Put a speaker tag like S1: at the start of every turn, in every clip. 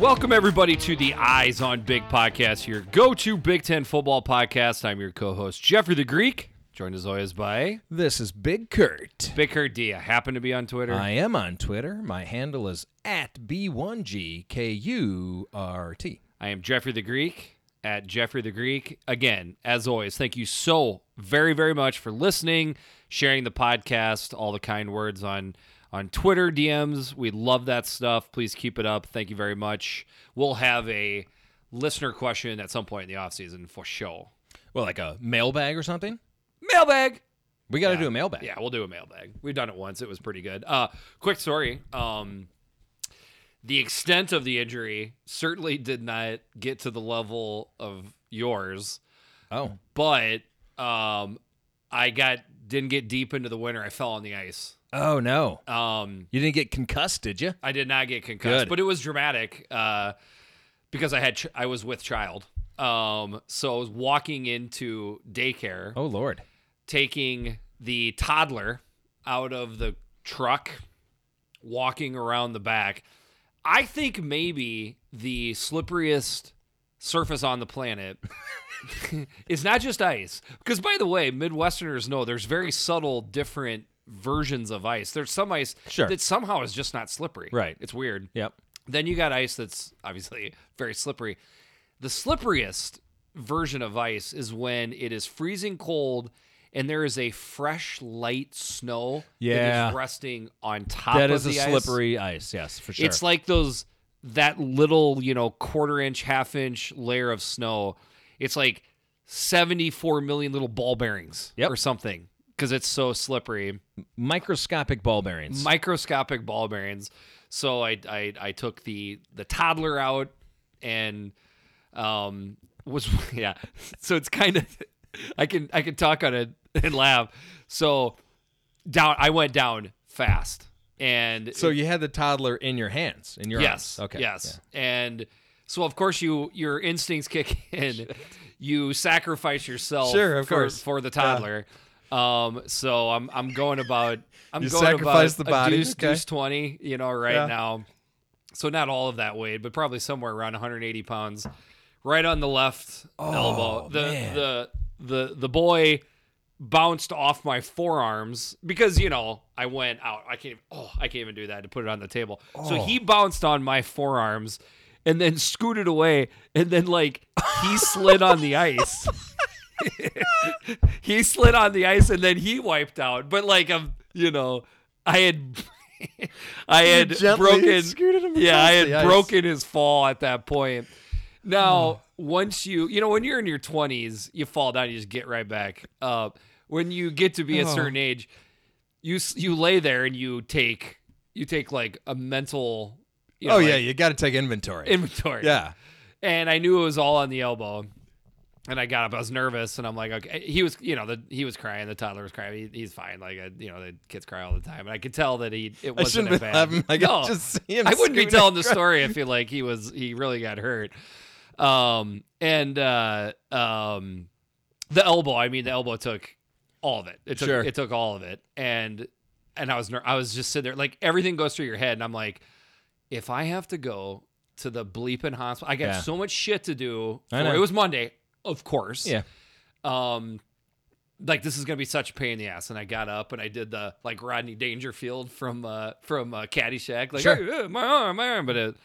S1: Welcome, everybody, to the Eyes on Big podcast, your go to Big Ten football podcast. I'm your co host, Jeffrey the Greek, joined as always by
S2: This is Big Kurt.
S1: Bicker D. I happen to be on Twitter.
S2: I am on Twitter. My handle is at B1GKURT.
S1: I am Jeffrey the Greek at Jeffrey the Greek. Again, as always, thank you so very, very much for listening, sharing the podcast, all the kind words on on Twitter DMs. We love that stuff. Please keep it up. Thank you very much. We'll have a listener question at some point in the offseason for sure.
S2: Well, like a mailbag or something?
S1: Mailbag.
S2: We got to do a mailbag.
S1: Yeah, we'll do a mailbag. We've done it once. It was pretty good. Uh, quick story. Um, the extent of the injury certainly did not get to the level of yours,
S2: Oh,
S1: but um, I got didn't get deep into the winter. I fell on the ice.
S2: oh no.
S1: Um,
S2: You didn't get concussed, did you?
S1: I did not get concussed,
S2: Good.
S1: but it was dramatic uh, because I had ch- I was with child. Um, so I was walking into daycare
S2: Oh, Lord.
S1: taking the toddler out of the truck, walking around the back. I think maybe the slipperiest surface on the planet is not just ice. Because, by the way, Midwesterners know there's very subtle, different versions of ice. There's some ice
S2: Sure.
S1: that somehow is just not slippery.
S2: Right.
S1: It's weird.
S2: Yep.
S1: Then you got ice that's obviously very slippery. The slipperiest version of ice is when it is freezing cold and there is a fresh light snow that
S2: Yeah.
S1: is resting on top
S2: that
S1: of
S2: is a
S1: the ice.
S2: slippery ice. Yes, for sure.
S1: It's like those that little, you know, quarter inch, half inch layer of snow. It's like 74 million little ball bearings
S2: Yep.
S1: or something because it's so slippery
S2: microscopic ball bearings.
S1: microscopic ball bearings. So I, I I took the the toddler out and um was yeah. So it's kind of I can I can talk on it and laugh. So down I went down fast and
S2: so you had the toddler in your hands, in your
S1: yes
S2: arms. Okay.
S1: yes and so of course you your instincts kick in. You sacrifice yourself
S2: Sure, of
S1: for,
S2: course.
S1: for the toddler. Um, so I'm I'm going about I'm
S2: You
S1: going
S2: sacrifice
S1: about
S2: the
S1: a
S2: body,
S1: deuce,
S2: okay.
S1: deuce twenty, you know, right
S2: Yeah.
S1: now. So not all of that weight, but probably somewhere around 180 pounds, right on the left elbow. The
S2: man.
S1: the the the boy bounced off my forearms because you know I went out. I can't. Even, oh, I can't even do that to put it on the table. So he bounced on my forearms and then scooted away, and then like he slid on the ice. he slid on the ice and then he wiped out. But like um, you know, I had I had broken Yeah, I had broken his fall at that point. Now,
S2: Hmm.
S1: once you you know, when you're in your twenties, you fall down, you just get right back up. When you get to be a
S2: Oh.
S1: certain age, you s- you lay there and you take you take like a mental you know,
S2: oh, yeah.
S1: like,
S2: You got to take inventory.
S1: inventory
S2: yeah.
S1: and I knew it was all on the elbow. And I got up. I was nervous, and I'm like, okay. eh, He was, you know, the he was crying. The toddler was crying. He, he's fine. Like, I, you know, the kids cry all the time, and I could tell that he it
S2: I
S1: wasn't
S2: shouldn't
S1: that
S2: have
S1: bad.
S2: having like
S1: no,
S2: just see him
S1: I wouldn't be
S2: scooting.
S1: telling the story. I feel like he was he really got hurt. Um, and uh, um, the elbow. I mean, the elbow took all of it. It took
S2: Sure.
S1: it took all of it, and and I was ner- I was just sitting there like everything goes through your head, and I'm like, if I have to go to the bleeping hospital, I got
S2: Yeah.
S1: so much shit to do.
S2: I
S1: for-
S2: know.
S1: It was Monday, of course.
S2: Yeah.
S1: Um, like this is gonna be such a pain in the ass, and I got up and I did the like Rodney Dangerfield from uh from uh, Caddyshack, like
S2: Sure.
S1: "Hey, uh, my arm, my arm, but it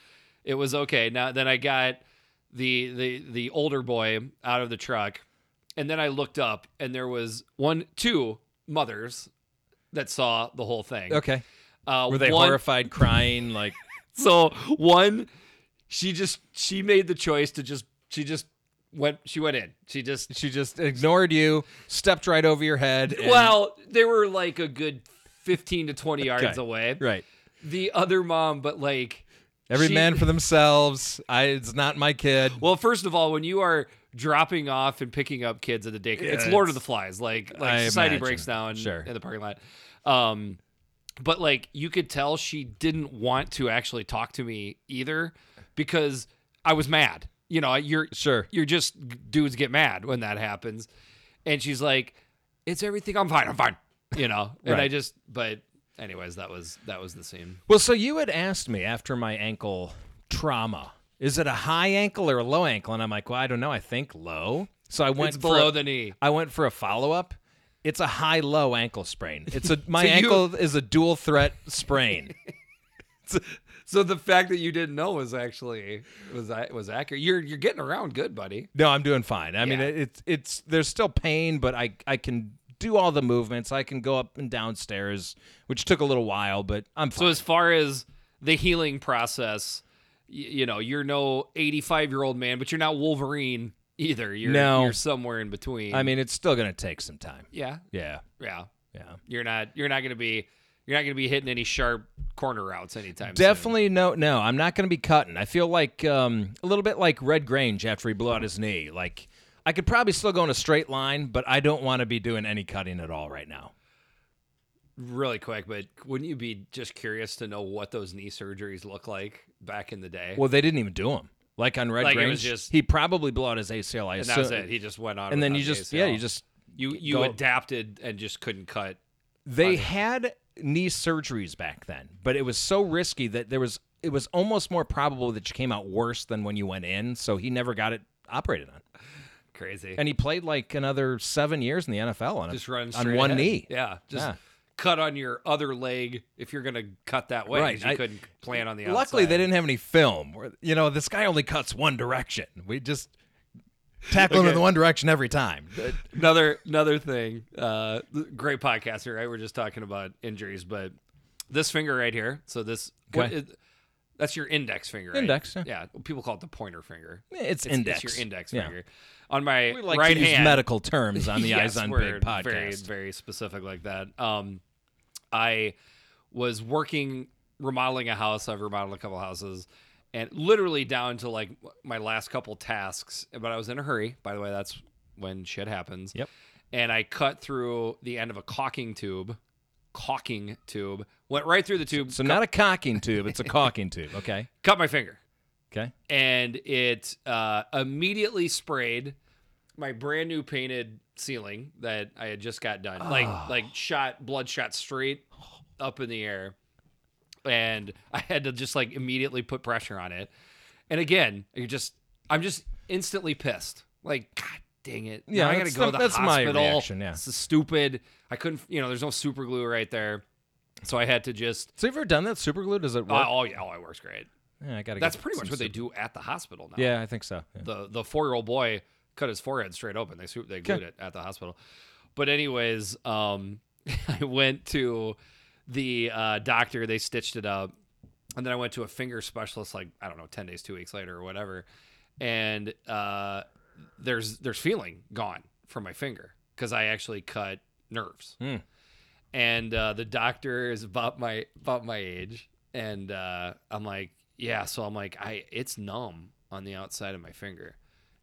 S1: it was okay. Now then I got the the the older boy out of the truck, and then I looked up and there was one two mothers that saw the whole thing.
S2: Okay.
S1: Uh,
S2: Were they
S1: one,
S2: horrified, crying? Like,
S1: so one she just she made the choice to just she just went she went in she just
S2: she just ignored you, stepped right over your head. and-
S1: well they were like a good 15 to 20 yards
S2: Okay.
S1: away
S2: right.
S1: the other mom but like
S2: Every
S1: she-
S2: man for themselves. I, it's not my kid.
S1: well first of all when you are dropping off and picking up kids at the daycare
S2: Yeah,
S1: it's lord of
S2: it's-
S1: the flies like like
S2: I
S1: society
S2: imagine.
S1: breaks down
S2: Sure.
S1: in the parking lot um but like you could tell she didn't want to actually talk to me either because i was mad you know you're
S2: Sure.
S1: you're just dudes get mad when that happens. And she's like, "It's everything. I'm fine. I'm fine." You know. And I
S2: Right.
S1: just, but anyways, that was that was the scene.
S2: Well, so you had asked me after my ankle trauma is it a high ankle or a low ankle? And I'm like, well, I don't know. I think low. So I went
S1: It's
S2: for
S1: below
S2: a-
S1: the knee.
S2: I went for a follow up. It's a high low ankle sprain. It's a my
S1: So you-
S2: ankle is a dual threat sprain.
S1: So the fact that you didn't know was actually was that was accurate. You're you're getting around good, buddy.
S2: No, I'm doing fine. I mean,
S1: Yeah.
S2: it, it's it's there's still pain, but I I can do all the movements. I can go up and downstairs, which took a little while, but I'm
S1: So
S2: fine.
S1: as far as the healing process, y- you know, you're no 85 year old man, but you're not Wolverine either. You're
S2: No.
S1: you're somewhere in between.
S2: I mean, it's still gonna take some time.
S1: yeah,
S2: Yeah,
S1: yeah.
S2: yeah.
S1: You're not you're not gonna be you're not gonna be hitting any sharp corner routes anytime. soon.
S2: Definitely no, no. I'm not going to be cutting. I feel like um, a little bit like Red Grange after he blew out his knee. Like I could probably still go in a straight line, but I don't want to be doing any cutting at all right now.
S1: Really quick, but wouldn't you be just curious to know what those knee surgeries look like back in the day?
S2: Well, they didn't even do him. Like on Red
S1: Like, it was
S2: Grange,
S1: just-
S2: he probably blew out his ACL. I
S1: and that was
S2: assume-
S1: it. He just went on.
S2: and then
S1: without
S2: you
S1: the
S2: just,
S1: ACL.
S2: yeah, you just
S1: you you
S2: go-
S1: adapted and just couldn't cut.
S2: They had knee surgeries back then, but it was so risky that there was it was almost more probable that you came out worse than when you went in, so he never got it operated on.
S1: Crazy.
S2: And he played like another 7 years in the NFL on a-
S1: just run
S2: on
S1: straight
S2: one
S1: ahead.
S2: knee.
S1: Yeah, just
S2: Yeah.
S1: cut on your other leg if you're gonna cut that way. 'cause
S2: Right,
S1: you
S2: I-
S1: couldn't plan on the outside.
S2: Luckily they didn't have any film. Where, you know, this guy only cuts one direction. We just tackle him in
S1: Okay.
S2: the one direction every time.
S1: another another thing. Uh, great podcaster, right? We're just talking about injuries, but this finger right here. So this what
S2: Okay.
S1: is- that's your index finger. right?
S2: Index, yeah.
S1: yeah. People call it the pointer finger. It's,
S2: It's, index.
S1: It's your index
S2: Yeah.
S1: finger. On my
S2: We like
S1: right
S2: to use
S1: hand,
S2: medical terms on the
S1: Yes,
S2: Eyes on
S1: we're
S2: Big podcast.
S1: Very, very specific like that. Um, I was working remodeling a house. I've remodeled a couple houses, and literally down to like my last couple tasks. But I was in a hurry. By the way, that's when shit happens.
S2: Yep.
S1: And I cut through the end of a caulking tube. Caulking tube went right through the tube.
S2: so
S1: cut,
S2: not a cocking tube, it's a caulking tube, okay?
S1: cut my finger
S2: Okay.
S1: and it uh, immediately sprayed my brand new painted ceiling that I had just got done.
S2: Ah.
S1: Like like shot blood shot straight up in the air, and I had to just like immediately put pressure on it. And again, you just I'm just instantly pissed. Like God dang it! Now
S2: Yeah,
S1: I gotta
S2: that's-
S1: go to the
S2: that's my
S1: hospital.
S2: reaction, yeah.
S1: This is stupid. I couldn't. You know, there's no super glue right there, so I had to just.
S2: So have you ever done that super glue? Does it work?
S1: Oh, yeah, oh, it works great.
S2: yeah, I gotta
S1: That's
S2: get
S1: pretty
S2: some
S1: much what they
S2: super-
S1: do at the hospital now
S2: Yeah, I think so. Yeah.
S1: the the four year old boy cut his forehead straight open. They su- they glued it at the hospital. But anyways, um, I went to the uh, doctor. They stitched it up, and then I went to a finger specialist. Like I don't know, ten days, two weeks later, or whatever. And uh, there's there's feeling gone from my finger because I actually cut nerves.
S2: Hmm.
S1: And uh, the doctor is about my about my age, and uh, I'm like, yeah. So I'm like, I it's numb on the outside of my finger,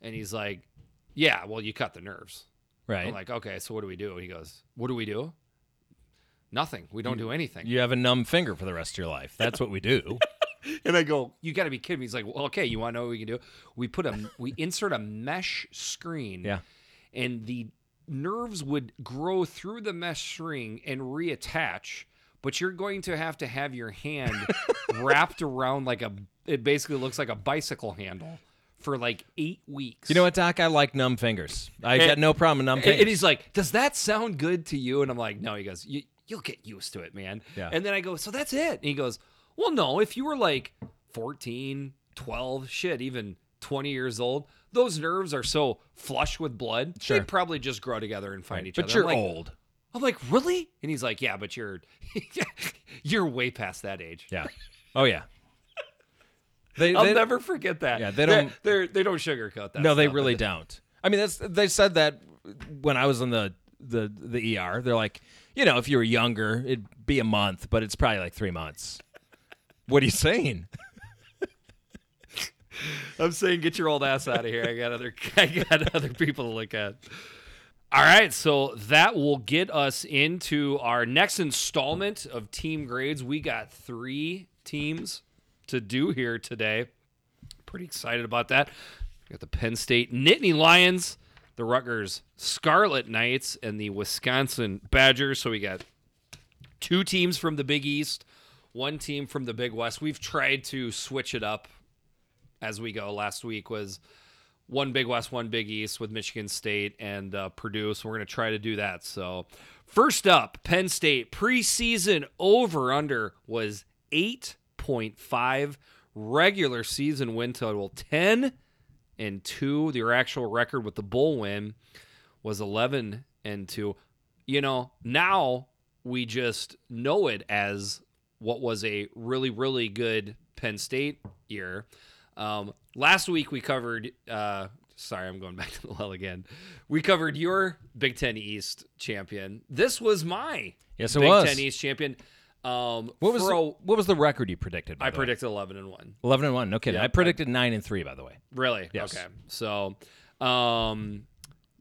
S1: and he's like, yeah. Well, you cut the nerves.
S2: Right.
S1: I'm like, okay. So what do we do? And he goes, what do we do? Nothing. We don't do anything.
S2: you have a numb finger for the rest of your life. That's what we do.
S1: And I go, "You got to be kidding me!" He's like, "Well, okay, you want to know what we can do? We put a we insert a mesh screen,
S2: Yeah.
S1: and the nerves would grow through the mesh string and reattach. But you're going to have to have your hand wrapped around like a it basically looks like a bicycle handle for like eight weeks.
S2: You know what, Doc? I like numb fingers. I
S1: Eh,
S2: got no problem with numb
S1: And,
S2: fingers.
S1: and he's like, "Does that sound good to you?" And I'm like, "No." He goes, you, "You'll get used to it, man."
S2: Yeah.
S1: And then I go, "So that's it?" And he goes, "Well, no. If you were like 14, 12, shit, even 20 years old, those nerves are so flush with blood,
S2: Sure.
S1: they'd probably just grow together and find each
S2: but
S1: other."
S2: you're
S1: I'm like,
S2: old.
S1: I'm like, "Really?" And he's like, "Yeah, but you're you're way past that age."
S2: Yeah. Oh yeah. They,
S1: I'll
S2: they-
S1: never forget that.
S2: Yeah, they
S1: They're-
S2: don't-
S1: They're, they don't sugarcoat that.
S2: No, they
S1: stuff.
S2: really don't. I mean, that's they said that when I was in the the the ER. They're like, you know, if you were younger, it'd be a month, but it's probably like three months. What are you saying?
S1: I'm saying get your old ass out of here. I got other I got other people to look at. All right, so that will get us into our next installment of team grades. We got 3 teams to do here today. Pretty excited about that. We got the Penn State Nittany Lions, the Rutgers Scarlet Knights and the Wisconsin Badgers. So we got two teams from the Big East, one team from the Big West. We've tried to switch it up as we go last week was one Big West, one Big East with Michigan State and uh, Purdue. So we're going to try to do that. So, first up, Penn State preseason over under was 8.5, regular season win total 10 and 2. Their actual record with the Bull win was 11 and 2. You know, now we just know it as what was a really, really good Penn State year. Um, last week we covered. Uh, sorry, I'm going back to the well again. We covered your Big Ten East champion. This was my
S2: Yes, it
S1: Big
S2: was.
S1: Ten East champion. Um,
S2: What was
S1: for
S2: the,
S1: a-
S2: what was the record you predicted? By
S1: I
S2: the way?
S1: predicted 11 and one.
S2: eleven and one. No kidding. I predicted nine and three. By the way,
S1: Really?
S2: Yes.
S1: Okay. So, um,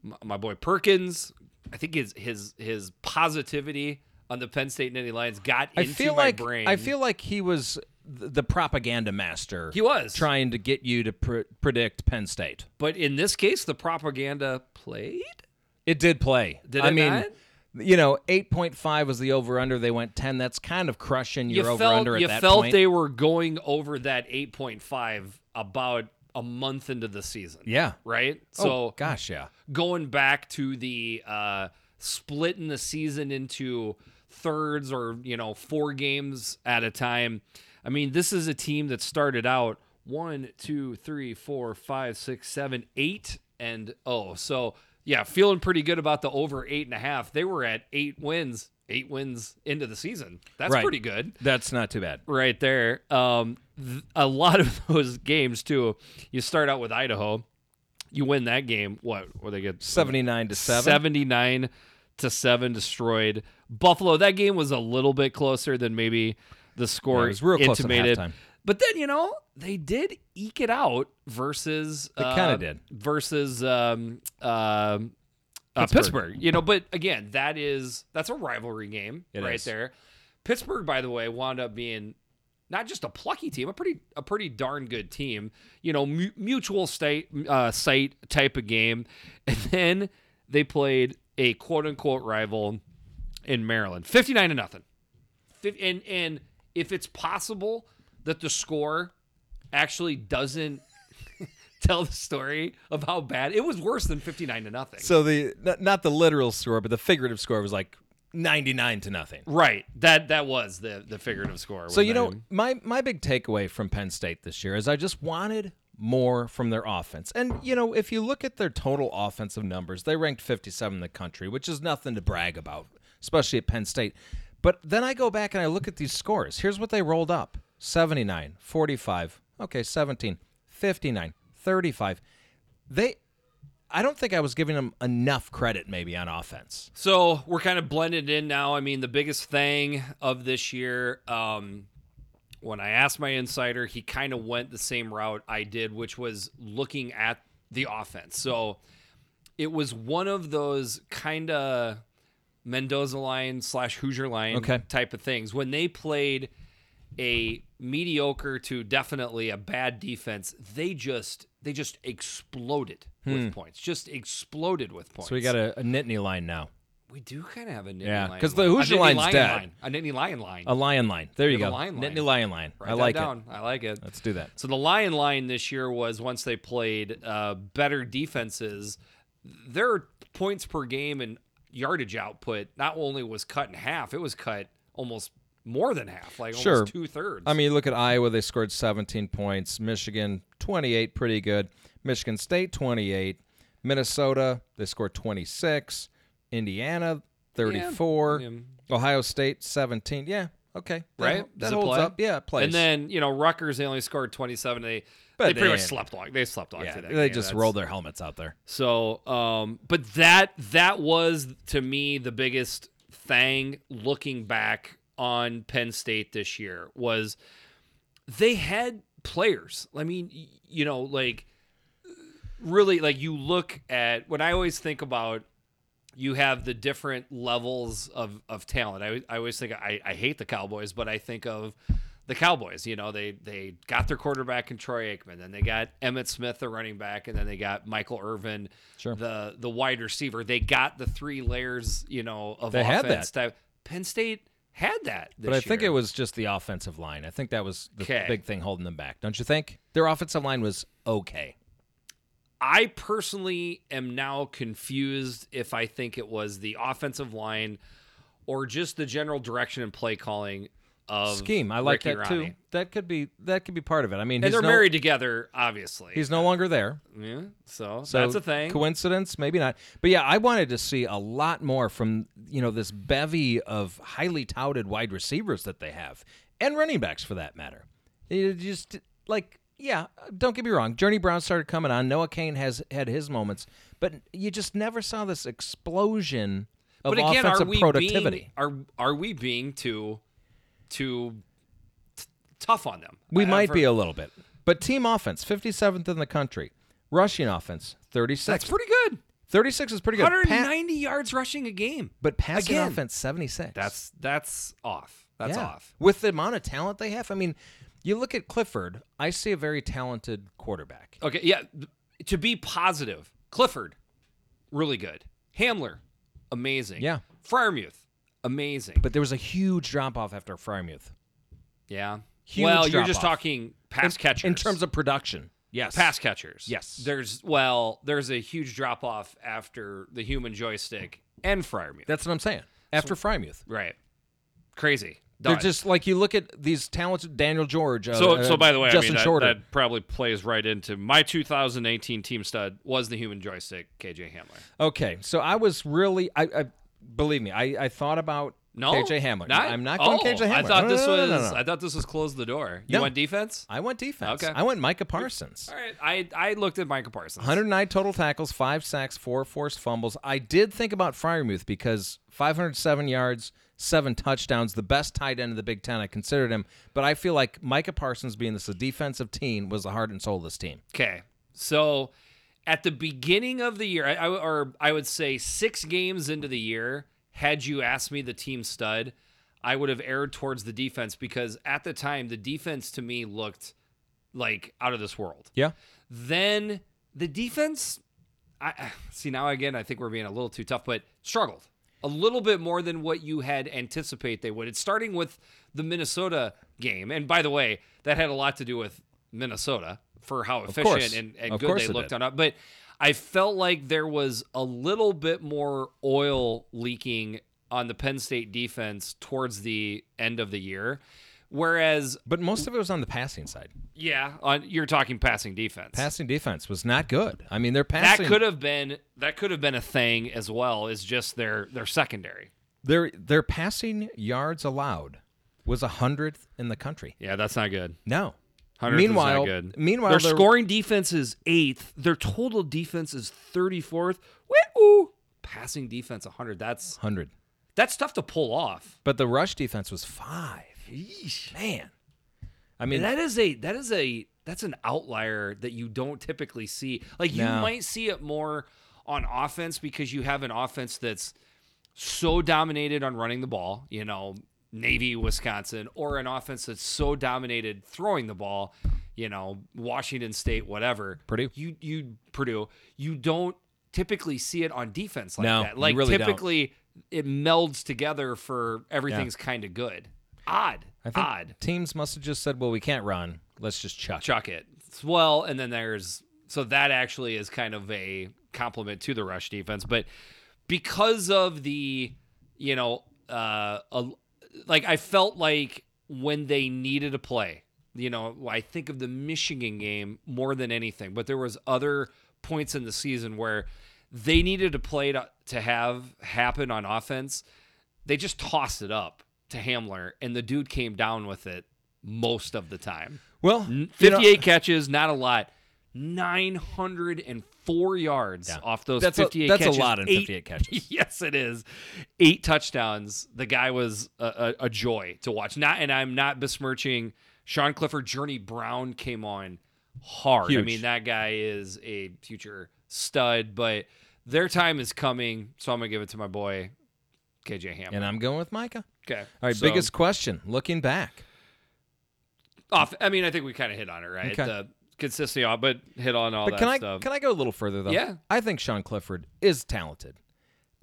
S1: m- my boy Perkins, I think his his his positivity on the Penn State Nittany Lions got
S2: I
S1: into
S2: feel
S1: my
S2: like
S1: brain.
S2: I feel like he was th- the propaganda master.
S1: he was
S2: trying to get you to pr- predict Penn State.
S1: But in this case, the propaganda played.
S2: It did play.
S1: Did
S2: I
S1: it
S2: mean,
S1: not?
S2: you know, eight point five was the over under. They went ten. That's kind of crushing your
S1: you
S2: over
S1: felt
S2: under at
S1: you
S2: that
S1: felt
S2: point.
S1: they were going over that eight point five about a month into the season.
S2: yeah.
S1: Right.
S2: oh
S1: so
S2: gosh, yeah.
S1: going back to the uh, splitting the season into thirds or you know four games at a time. I mean, this is a team that started out one, two, three, four, five, six, seven, eight, and oh, so yeah, feeling pretty good about the over eight and a half. They were at eight wins, eight wins into the season. That's
S2: Right.
S1: pretty good
S2: That's not too bad.
S1: right there. Um, th- a lot of those games too. You start out with Idaho, you win that game. What? What they get?
S2: Seventy nine to seven.
S1: 79 to 7 destroyed buffalo that game was a little bit closer than maybe the score
S2: Yeah, it was real close at
S1: intimated
S2: halftime.
S1: but then you know they did eke it out versus they
S2: kinda did.
S1: versus um, um, uh,
S2: Pittsburgh.
S1: Pittsburgh. you know but again that is that's a rivalry game
S2: It
S1: right
S2: is.
S1: there pittsburgh by the way wound up being not just a plucky team, a pretty a pretty darn good team. You know, mu- mutual state uh, site type of game, and then they played a quote unquote rival in Maryland, fifty nine to nothing. Fif- And and if it's possible that the score actually doesn't tell the story of how bad it was, worse than fifty nine to nothing.
S2: So the not- not the literal score, but the figurative score was like ninety nine to nothing.
S1: right, that that was the the figurative score.
S2: So
S1: was
S2: you
S1: that
S2: know,
S1: him?
S2: my my big takeaway from Penn State this year is I just wanted more from their offense. And you know, if you look at their total offensive numbers, they ranked 57 in the country, which is nothing to brag about, especially at Penn State. But then I go back and I look at these scores. Here's what they rolled up. 79, 45, okay, 17, 59, 35. They I don't think I was giving them enough credit maybe on offense.
S1: So we're kind of blended in now. I mean, the biggest thing of this year, um, when I asked my insider, he kind of went the same route I did, which was looking at the offense. So it was one of those kind of Mendoza line slash Hoosier line
S2: Okay.
S1: type of things. When they played a mediocre to definitely a bad defense, they just they just exploded with points. Just exploded with points.
S2: Hmm. So we got a, a Nittany line now.
S1: We do kind of have a Nittany
S2: Yeah,
S1: Lion.
S2: 'cause the
S1: line.
S2: Hoosier
S1: A Nittany
S2: line's
S1: lion
S2: dead.
S1: Line. A Nittany Lion line.
S2: A lion line. There you
S1: have
S2: go.
S1: a lion line.
S2: Nittany lion line.
S1: Write
S2: I
S1: that
S2: like it.
S1: down. I like it.
S2: Let's do that.
S1: So the Lion line this year was once they played uh, better defenses, their points per game and yardage output not only was cut in half, it was cut almost more than half, like
S2: Sure.
S1: almost two thirds.
S2: I mean, you look at Iowa, they scored 17 points. Michigan, 28, pretty good. Michigan State, 28. Minnesota, they scored 26. Indiana, 34. Ohio State, 17. Yeah, okay. That-
S1: Right?
S2: That
S1: Does it
S2: holds
S1: play?
S2: up. Yeah, it plays.
S1: and then you know Rutgers, they only scored twenty seven. They
S2: But
S1: they pretty
S2: they-
S1: much slept on. They slept on.
S2: yeah,
S1: to that
S2: they
S1: game.
S2: just
S1: That's-
S2: rolled their helmets out there.
S1: So, um, but that that was to me the biggest thing looking back on Penn State this year was they had players. I mean, y- you know, like really, like you look at when I always think about you have the different levels of, of talent. I, I always think I, I hate the Cowboys, but I think of the Cowboys. You know, they they got their quarterback in Troy Aikman, then they got Emmett Smith, the running back, and then they got Michael Irvin,
S2: Sure.
S1: the the wide receiver. They got the three layers, you know, of
S2: They had
S1: offense. Type. Penn State had that.
S2: But I
S1: this
S2: think
S1: year.
S2: it was just the offensive line. I think that was the
S1: 'Kay.
S2: big thing holding them back, don't you think? Their offensive line was okay.
S1: I personally am now confused if I think it was the offensive line or just the general direction and play calling of
S2: Scheme, I like
S1: Ricky
S2: that too.
S1: Ronnie.
S2: That could be that could be part of it. I mean,
S1: And
S2: he's
S1: they're
S2: no-
S1: married together, obviously.
S2: He's no longer there.
S1: yeah, so,
S2: So
S1: that's a thing.
S2: Coincidence? Maybe not. But yeah, I wanted to see a lot more from you know this bevy of highly touted wide receivers that they have, and running backs for that matter. It just like yeah, don't get me wrong. Journey Brown started coming on. Noah Kane has had his moments, but you just never saw this explosion of
S1: but again, are
S2: offensive
S1: we
S2: productivity.
S1: being are are we being too too t- tough on them? Uh,
S2: We
S1: I- I've
S2: might
S1: heard-
S2: be a little bit, but team offense, fifty seventh in the country. Rushing offense, thirty
S1: That's
S2: six.
S1: pretty good.
S2: Thirty six is pretty good. Pa-
S1: 190 yards rushing a game.
S2: but passing
S1: Again.
S2: offense, seventy six.
S1: That's that's off. That's
S2: Yeah.
S1: off.
S2: With the amount of talent they have, I mean, you look at Clifford, I see a very talented quarterback.
S1: Okay, yeah. th- To be positive, Clifford, really good. Hamler, amazing.
S2: Yeah.
S1: Fryermuth, amazing.
S2: But there was a huge drop off after Fryermuth
S1: yeah.
S2: Huge
S1: well, you're
S2: drop
S1: just
S2: off.
S1: talking pass catchers
S2: in terms of production. Yes.
S1: pass catchers.
S2: Yes.
S1: There's well, there's a huge drop off after the human joystick and Fryermuth.
S2: That's what I'm saying. After Fryermuth.
S1: Right. Crazy.
S2: They're
S1: Done.
S2: just like you look at these talented Daniel George. Uh,
S1: so
S2: uh,
S1: so by the way,
S2: Justin
S1: I mean
S2: Shorter.
S1: That, that probably plays right into my 2018 team stud was the human joystick KJ Hamler.
S2: Okay, so I was really I, I believe me, I, I thought about
S1: No.
S2: KJ Hamler.
S1: Not?
S2: I'm not
S1: oh,
S2: going KJ Hamler.
S1: I thought
S2: No,
S1: this
S2: no, no,
S1: was
S2: no, no.
S1: I thought this was close the door. You
S2: No.
S1: want defense?
S2: I went defense.
S1: Okay.
S2: I went Micah Parsons.
S1: All right. I I looked at Michael Parsons.
S2: 109 total tackles, five sacks, four forced fumbles. I did think about Fryermuth because 507 yards, seven touchdowns, the best tight end of the Big Ten. I considered him, but I feel like Micah Parsons, being this a defensive team, was the heart and soul of this team.
S1: Okay. So at the beginning of the year, I, I- or I would say six games into the year, had you asked me the team stud, I would have erred towards the defense because at the time, the defense to me looked like out of this world.
S2: Yeah,
S1: Then the defense, I see now again, I think we're being a little too tough, but struggled a little bit more than what you had anticipate they would. It's starting with the Minnesota game. And by the way, that had a lot to do with Minnesota for how efficient
S2: course.
S1: and, and
S2: Of
S1: good
S2: course
S1: they
S2: it
S1: looked
S2: did.
S1: on up. But I felt like there was a little bit more oil leaking on the Penn State defense towards the end of the year. Whereas,
S2: but most of it was on the passing side.
S1: yeah, on, you're talking passing defense.
S2: Passing defense was not good. I mean, their
S1: that
S2: passing
S1: could have been that could have been a thing as well is just their their secondary
S2: their their passing yards allowed was a hundredth in the country.
S1: yeah that's not good
S2: No.
S1: 100th is not
S2: meanwhile,
S1: good.
S2: meanwhile,
S1: their
S2: they're-
S1: scoring defense is eighth their total defense is 34th Woo-oo. passing defense 100 that's
S2: hundred.
S1: that's tough to pull off
S2: But the rush defense was five. Man. I mean,
S1: that is a that is a that's an outlier that you don't typically see like you
S2: No.
S1: might see it more on offense because you have an offense that's so dominated on running the ball, you know, Navy, Wisconsin, or an offense that's so dominated throwing the ball, you know, Washington State, whatever.
S2: Purdue.
S1: You you Purdue, you don't typically see it on defense like
S2: No,
S1: that.
S2: you
S1: Like
S2: really don't.
S1: typically it melds together for everything's kind of good. Odd.
S2: I think
S1: Odd.
S2: teams must have just said, "Well, we can't run. Let's just chuck."
S1: Chuck it. Well, and then there's so that actually is kind of a compliment to the rush defense, but because of the you know uh a, like I felt like when they needed a play, you know, I think of the Michigan game more than anything, but there was other points in the season where they needed a play to, to have happen on offense. They just tossed it up to Hamler and the dude came down with it most of the time.
S2: Well, you know,
S1: 58 catches, not a lot. 904 yards off those
S2: that's
S1: 58
S2: a, that's
S1: catches.
S2: a lot in
S1: Eight-
S2: 58 catches.
S1: yes, it is. Eight touchdowns. The guy was a, a, a joy to watch. Not, and I'm not besmirching Sean Clifford. Journey Brown came on hard. I
S2: Huge.
S1: mean, that guy is a future stud. But their time is coming, so I'm gonna give it to my boy KJ Hamler.
S2: And I'm going with Micah.
S1: okay.
S2: All right,
S1: So-
S2: biggest question looking back.
S1: off. I mean, I think we kind of hit on it, right?
S2: Okay.
S1: The consistency, off, but hit on all
S2: But
S1: that
S2: can I
S1: stuff.
S2: can I go a little further though?
S1: Yeah.
S2: I think Sean Clifford is talented.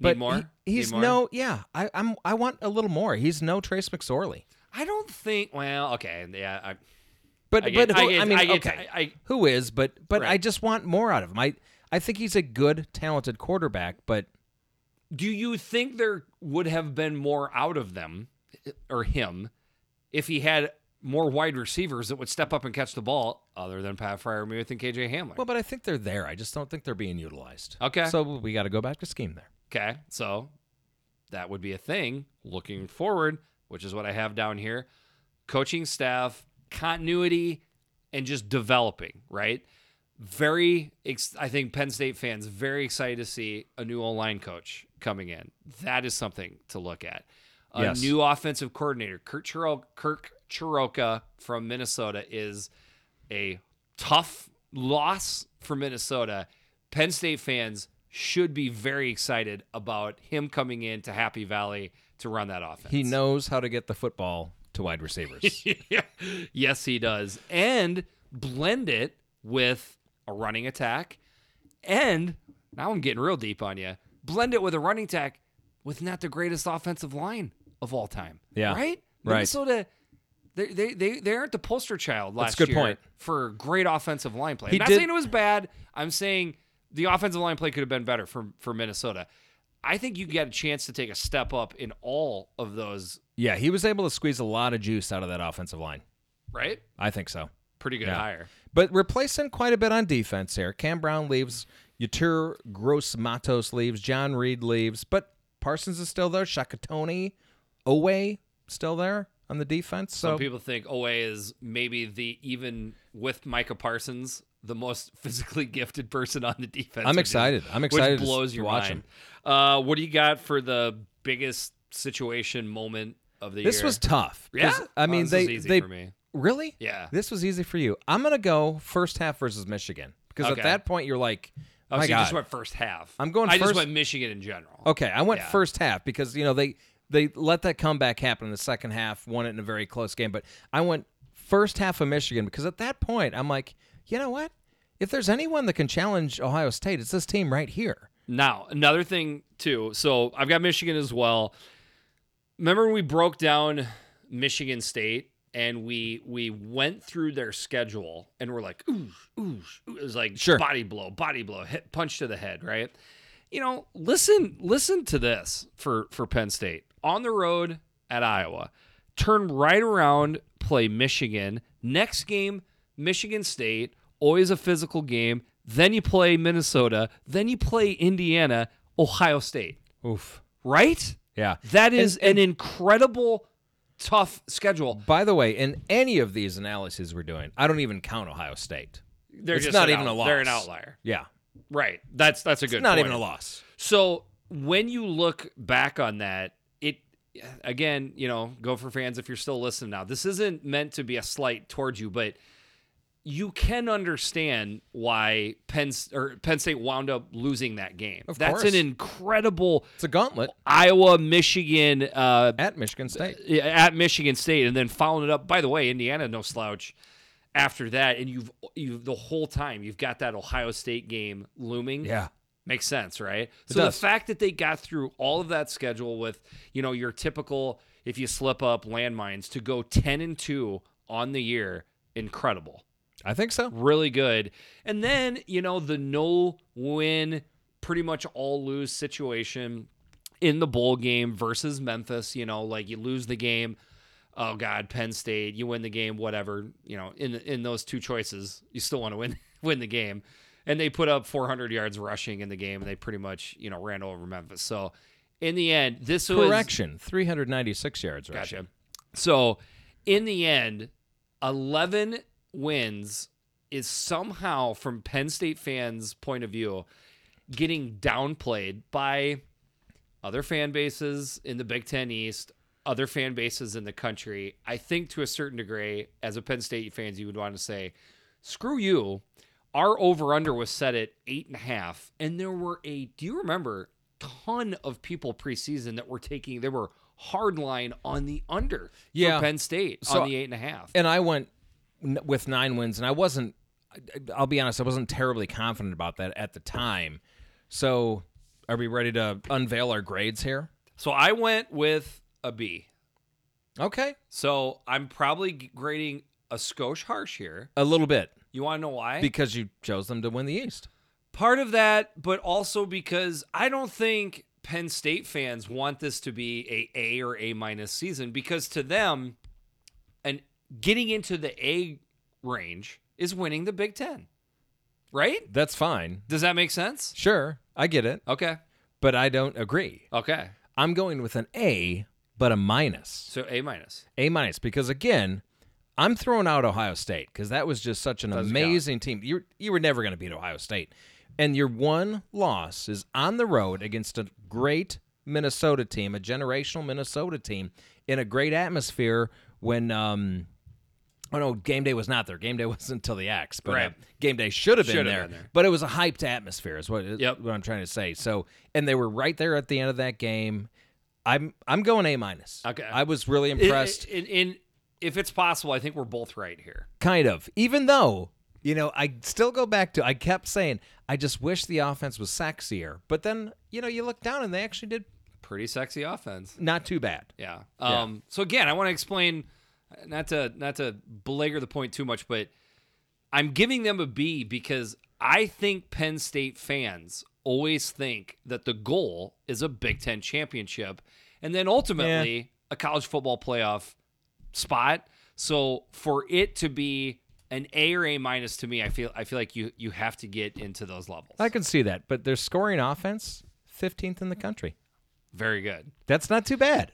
S1: Need
S2: But
S1: more?
S2: he- he's
S1: Need more?
S2: no, yeah. I, I'm I want a little more. He's no Trace McSorley.
S1: I don't think. Well, okay, yeah, I,
S2: But
S1: I get-
S2: but
S1: I
S2: who, I,
S1: get-
S2: mean,
S1: I get-
S2: okay,
S1: I- I-
S2: who is? But but I
S1: Right.
S2: just want more out of him. I I think he's a good, talented quarterback, but
S1: Do you think there would have been more out of them or him if he had more wide receivers that would step up and catch the ball other than Pat Fryermuth and KJ Hamler?
S2: well, but I think they're there. I just don't think they're being utilized.
S1: Okay.
S2: so we got to go back to scheme there.
S1: Okay, so that would be a thing looking forward, which is what I have down here. Coaching staff, continuity, and just developing, right? Very, ex- I think Penn State fans very excited to see a new O line coach coming in. That is something to look at. A
S2: Yes.
S1: new offensive coordinator, Kurt, Chiro- Kirk Chiroka from Minnesota, is a tough loss for Minnesota, Penn State fans should be very excited about him coming into Happy Valley to run that offense.
S2: He knows how to get the football to wide receivers.
S1: yes, he does. And blend it with a running attack. And now I'm getting real deep on you. Blend it with a running attack with not the greatest offensive line of all time.
S2: Yeah.
S1: Right?
S2: Right.
S1: Minnesota, they, they, they, they aren't the poster child last
S2: a good
S1: year
S2: point.
S1: for great offensive line play.
S2: He
S1: I'm not
S2: did-
S1: saying it was bad. I'm saying the offensive line play could have been better for, for Minnesota. I think you get a chance to take a step up in all of those,
S2: yeah, he was able to squeeze a lot of juice out of that offensive line.
S1: right?
S2: I think so.
S1: Pretty good
S2: Yeah.
S1: hire.
S2: But replacing quite a bit on defense here. Cam Brown leaves, Yatur Gross Matos leaves, John Reed leaves, but Parsons is still there, Shakatoni, Owe still there on the defense. So
S1: Some people think OA is maybe the even with Micah Parsons the most physically gifted person on the defense.
S2: I'm
S1: which is-
S2: excited. I'm excited to
S1: Which blows
S2: s-
S1: your
S2: watch
S1: mind. Uh, what do you got for the biggest situation moment of the
S2: this
S1: year?
S2: was tough. 'cause,
S1: Yeah?
S2: I
S1: Oh,
S2: mean
S1: this
S2: they
S1: was easy
S2: they
S1: for me.
S2: really
S1: Yeah.
S2: This was easy for you. I'm gonna go first half versus Michigan because
S1: Okay.
S2: at that point you're like,
S1: Oh,
S2: my
S1: so you
S2: God.
S1: just went first half.
S2: I'm going
S1: I
S2: first-
S1: just went Michigan in general.
S2: Okay, I went
S1: Yeah.
S2: first half because you know they they let that comeback happen in the second half, won it in a very close game. But I went first half of Michigan because at that point I'm like, you know what? If there's anyone that can challenge Ohio State, it's this team right here.
S1: Now, another thing too. So I've got Michigan as well. Remember when we broke down Michigan State and we we went through their schedule and we're like, ooh, ooh, ooh. it was like
S2: Sure.
S1: body blow, body blow, hit, punch to the head, right? You know, listen, listen to this for for Penn State on the road at Iowa. Turn right around, play Michigan. Next game, Michigan State. Always a physical game. Then you play Minnesota. Then you play Indiana, Ohio State.
S2: Oof.
S1: Right?
S2: Yeah.
S1: That is an incredible, tough schedule.
S2: By the way, in any of these analyses we're doing, I don't even count Ohio State.
S1: They're
S2: It's
S1: just
S2: not
S1: an
S2: even
S1: out-
S2: a loss.
S1: They're an outlier.
S2: Yeah,
S1: Right. That's that's a good.
S2: not
S1: point.
S2: even a loss.
S1: So when you look back on that, it again, you know, go for fans if you're still listening now. This isn't meant to be a slight towards you, but you can understand why Penn or Penn State wound up losing that game.
S2: Of
S1: That's
S2: course.
S1: an incredible
S2: It's a gauntlet
S1: Iowa Michigan uh,
S2: at Michigan State.
S1: Yeah, at Michigan State, and then following it up. By the way, Indiana no slouch after that, and you've you the whole time you've got that Ohio State game looming.
S2: Yeah.
S1: makes sense, right? so
S2: does.
S1: the fact that they got through all of that schedule with you know your typical if you slip up landmines to go ten and two on the year, incredible
S2: I think so.
S1: really good. And then, you know, the no win, pretty much all lose situation in the bowl game versus Memphis, you know, like you lose the game. Oh God, Penn State, you win the game, whatever. You know, in in those two choices, you still want to win win the game. And they put up 400 yards rushing in the game, and they pretty much, you know, ran over Memphis. So, in the end, this was
S2: Correction: 396 yards rushing.
S1: Gotcha. So, in the end, 11 wins is somehow, from Penn State fans' point of view, getting downplayed by other fan bases in the Big Ten East, other fan bases in the country. I think to a certain degree, as a Penn State fans, you would want to say, screw you. Our over under was set at eight and a half, and there were a do you remember ton of people preseason that were taking they were hard line on the under
S2: Yeah.
S1: for Penn State
S2: So-
S1: on the eight and a half.
S2: and I went n- with nine wins, and I wasn't. I- I'll be honest, I wasn't terribly confident about that at the time. So, are we ready to unveil our grades here?
S1: So I went with a B.
S2: Okay,
S1: So I'm probably g- grading a skosh harsh here.
S2: A little bit
S1: You want to know why?
S2: because you chose them to win the East.
S1: Part of that, but also because I don't think Penn State fans want this to be a A or A minus season because to them, and getting into the A range is winning the Big Ten, right?
S2: That's fine.
S1: Does that make sense?
S2: Sure, I get it,
S1: Okay.
S2: but I don't agree.
S1: Okay.
S2: I'm going with an A, but a minus.
S1: So A minus.
S2: A minus because again, I'm throwing out Ohio State because that was just such an amazing team. You you were never going to beat Ohio State, and your one loss is on the road against a great Minnesota team, a generational Minnesota team in a great atmosphere. When um, oh no, game day was not there. Game day wasn't until the X, but uh,
S1: Right.
S2: game day should have been,
S1: Should have
S2: there,
S1: been there.
S2: But it was a hyped atmosphere, is what is
S1: Yep.
S2: what I'm trying to say. So, and they were right there at the end of that game. I'm I'm going A minus.
S1: Okay.
S2: I was really impressed.
S1: In, in, in- if it's possible, I think we're both right here.
S2: kind of even though you know i still go back to i kept saying i just wish the offense was sexier but then you know you look down and they actually did
S1: Pretty sexy offense.
S2: not too bad
S1: Yeah. Um, So again, I want to explain, uh, not to not to belabor the point too much, but I'm giving them a B because I think Penn State fans always think that the goal is a Big Ten championship, and then ultimately a college football playoff spot. So for it to be an A or A minus to me, I feel I feel like you you have to get into those levels.
S2: i can see that but their scoring offense 15th in the country
S1: Very good.
S2: that's not too bad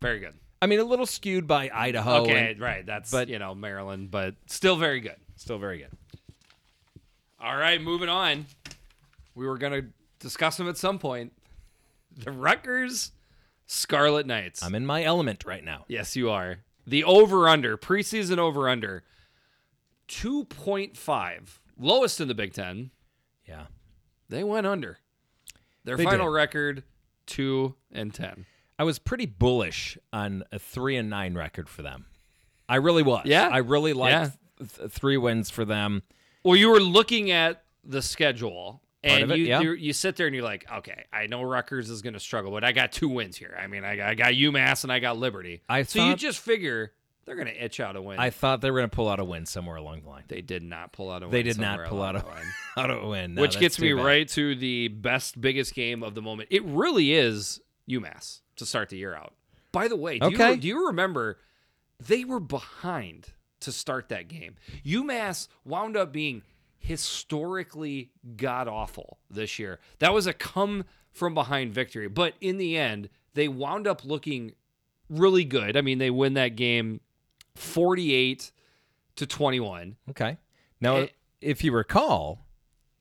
S1: Very good.
S2: i mean a little skewed by idaho
S1: okay,
S2: Oh, and
S1: right. That's
S2: but-
S1: you know Maryland, but still very good.
S2: still very good
S1: All right, moving on. We were gonna discuss them at some point. The Rutgers Scarlet Knights.
S2: i'm in my element right now
S1: yes, you are. The over under preseason over under two point five, lowest in the Big Ten.
S2: yeah
S1: They went under. Their
S2: They
S1: final
S2: did.
S1: record two and ten.
S2: I was pretty bullish on a three and nine record for them. I really was.
S1: Yeah.
S2: I really liked th- three wins for them.
S1: Well, you were looking at the schedule,
S2: Part
S1: and
S2: of it,
S1: you,
S2: yeah.
S1: you you sit there and you're like, okay, I know Rutgers is going to struggle, but I got two wins here. I mean, I got, I got UMass and I got Liberty.
S2: I
S1: so you
S2: thought-
S1: just figure they're going to itch out a win.
S2: I thought they were going to pull out a win somewhere along the line.
S1: they did not pull out a win.
S2: They did not
S1: somewhere
S2: pull out
S1: along
S2: a,
S1: the line.
S2: out a win, No,
S1: which
S2: that's
S1: gets me
S2: too bad.
S1: right to the best, biggest game of the moment. It really is UMass to start the year out. By the way, do,
S2: Okay.
S1: you, do you remember they were behind to start that game? UMass wound up being historically god awful this year. That was a come from behind victory, but in the end, they wound up looking really good. I mean, they win that game 48 to 21.
S2: Okay. Now,
S1: It-
S2: if you recall,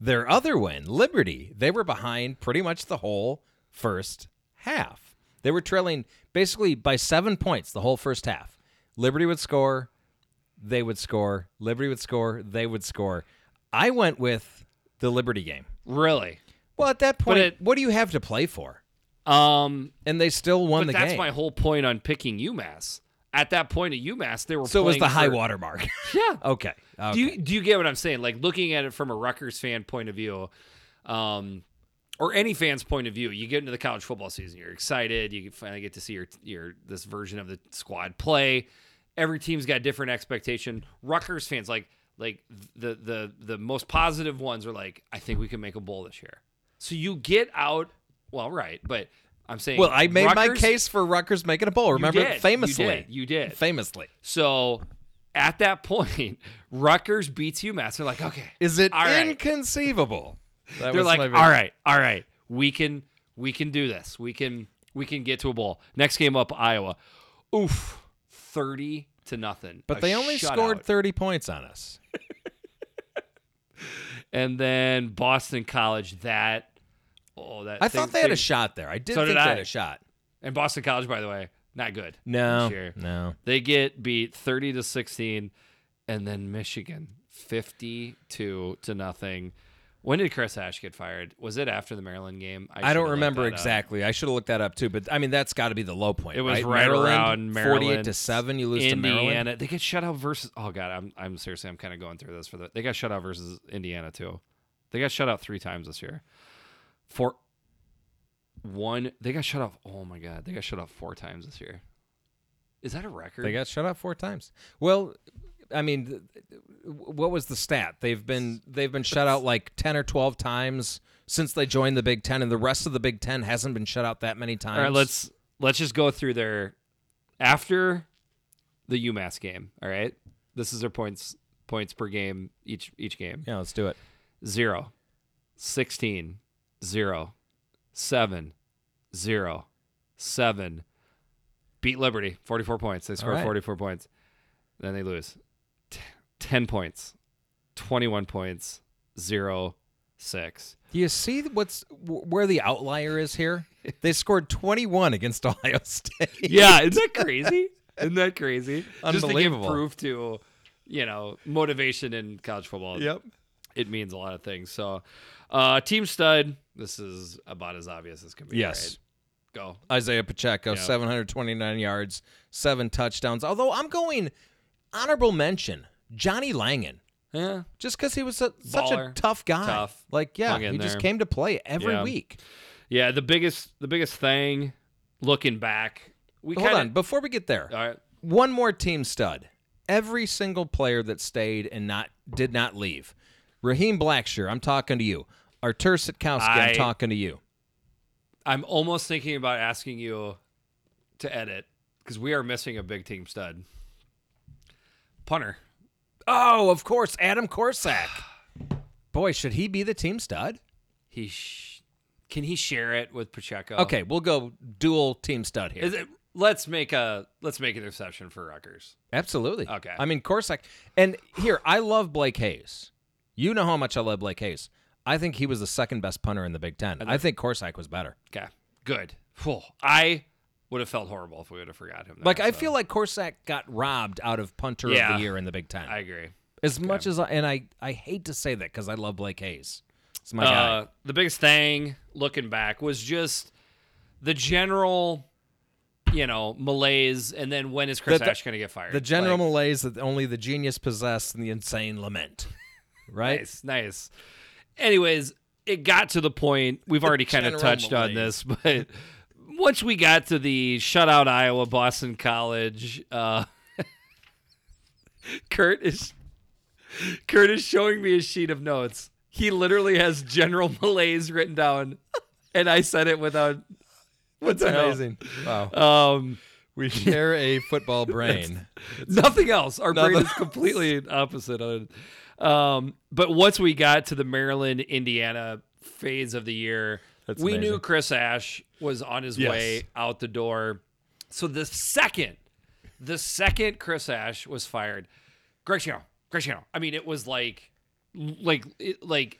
S2: their other win, Liberty, they were behind pretty much the whole first half. They were trailing basically by seven points the whole first half. Liberty would score, they would score, Liberty would score, they would score. I went with the Liberty game.
S1: Really?
S2: Well, at that point,
S1: it-
S2: what do you have to play for?
S1: Um
S2: And they still won the
S1: But that's
S2: game.
S1: my whole point on picking UMass. At that point at UMass, they were
S2: so it was
S1: playing
S2: the high
S1: for-
S2: water mark.
S1: Yeah.
S2: okay. okay.
S1: Do you do you get what I'm saying? Like looking at it from a Rutgers fan point of view, um, or any fan's point of view, you get into the college football season, you're excited, you finally get to see your your this version of the squad play. Every team's got different expectation. Rutgers fans like like the the the most positive ones are like, I think we can make a bowl this year. So you get out, well, right, but I'm saying,
S2: well, I made my
S1: Rutgers-
S2: case for Rutgers making a bowl. Remember,
S1: did. You
S2: famously.
S1: did. You did.
S2: Famously.
S1: So at that point, Rutgers beats UMass. They're like, okay.
S2: Is it
S1: All right.
S2: inconceivable? That
S1: They're
S2: was
S1: like,
S2: my
S1: all
S2: big-
S1: right, all right, we can we can do this. We can we can get to a bowl. Next game up, Iowa. Oof, thirty to nothing.
S2: But
S1: A
S2: they only
S1: shutout.
S2: scored 30 points on us.
S1: and then Boston College. That oh, that
S2: I thought they had a shot there. I did
S1: So
S2: think
S1: did
S2: they
S1: I.
S2: had a shot.
S1: And Boston College, by the way, not good.
S2: No.
S1: this year.
S2: No.
S1: They get beat 30 to 16 and then Michigan 52 to nothing. When did Chris Ash get fired? Was it after the Maryland game?
S2: I,
S1: should've
S2: don't
S1: looked
S2: remember
S1: that up.
S2: exactly. I should have looked that up too, but I mean that's got to be the low point.
S1: It was
S2: right,
S1: right
S2: Maryland,
S1: around Maryland,
S2: 48 to 7 you lose
S1: Indiana.
S2: to Maryland.
S1: They get shut out versus Oh god, I'm I'm seriously I'm kind of going through this for the. They got shut out versus Indiana too. They got shut out 3 times this year. For one, they got shut off. Oh my god, they got shut off 4 times this year. Is that a record?
S2: They got shut out four times. Well, I mean, th- th- what was the stat? They've been they've been shut out like ten or twelve times since they joined the Big Ten, and the rest of the Big Ten hasn't been shut out that many times.
S1: All right, let's let's just go through their after the UMass game. All right, this is their points points per game each each game.
S2: yeah, let's do it.
S1: Zero, sixteen, zero, seven, zero, seven. Beat Liberty, 44 points. They score
S2: right.
S1: 44 points. Then they lose. T- 10 points, 21 points, 0, 6.
S2: Do you see what's wh- where the outlier is here? They scored twenty one against Ohio State.
S1: Yeah, isn't that crazy? Isn't that crazy? Just to
S2: Unbelievable.
S1: give proof to, you know, motivation in college football. It means a lot of things. So, uh, Team Stud, this is about as obvious as can be.
S2: Yes.
S1: right? Go.
S2: Isaiah Pacheco,
S1: Yeah.
S2: 729 yards, seven touchdowns. Although I'm going honorable mention, Johnny Langen,
S1: Yeah.
S2: just because he was su- such a
S1: Baller.
S2: tough guy.
S1: Tough.
S2: Like, yeah,
S1: Hung in
S2: he just
S1: there.
S2: came to play every
S1: Yeah.
S2: week.
S1: Yeah, the biggest the biggest thing looking back, we Uh,
S2: Hold
S1: kind
S2: on, before we get there,
S1: All right.
S2: one more team stud. Every single player that stayed and not did not leave. Raheem Blackshear, I'm talking to you. Artur Sitkowski,
S1: I-
S2: I'm talking to you.
S1: I'm almost thinking about asking you to edit because we are missing a big team stud. Punter.
S2: Oh, of course, Adam Korsak. Boy, should he be the team stud?
S1: He sh- can he share it with Pacheco?
S2: Okay, we'll go dual team stud here.
S1: Is it let's make a let's make an exception for Rutgers.
S2: Absolutely.
S1: Okay.
S2: I mean, Corsack. And here, I love Blake Hayes. You know how much I love Blake Hayes. I think he was the second best punter in the Big Ten. I think Corsack was better.
S1: Okay. Good. Phew. I would have felt horrible if we would have forgot him. there,
S2: Like, I
S1: so
S2: feel like Corsack got robbed out of punter
S1: Yeah.
S2: of the year in the Big Ten.
S1: I agree.
S2: as much as I, and I, I hate to say that because I love Blake Hayes. It's my guy.
S1: Uh, the biggest thing looking back was just the general, you know, malaise. And then when is Chris
S2: The- the-
S1: Ash going to get fired?
S2: The general
S1: Like,
S2: malaise that only the genius possess and the insane lament. Right?
S1: nice, nice. Anyways, it got to the point we've already kind of
S2: general
S1: touched on this,
S2: malaise.
S1: but once we got to the shutout Iowa Boston College, uh, Kurt is Kurt is showing me a sheet of notes. He literally has general malaise written down, and I said it without. What's
S2: Amazing. Wow.
S1: Um,
S2: We share a football brain.
S1: nothing else. Our brain
S2: Nothing
S1: is completely opposite. On, um, but once we got to the Maryland Indiana phase of the year,
S2: That's
S1: we
S2: amazing.
S1: knew Chris Ash was on his
S2: Yes.
S1: way out the door. So the second, the second Chris Ash was fired, Graciano, Graciano. I mean, it was like, like, it, like.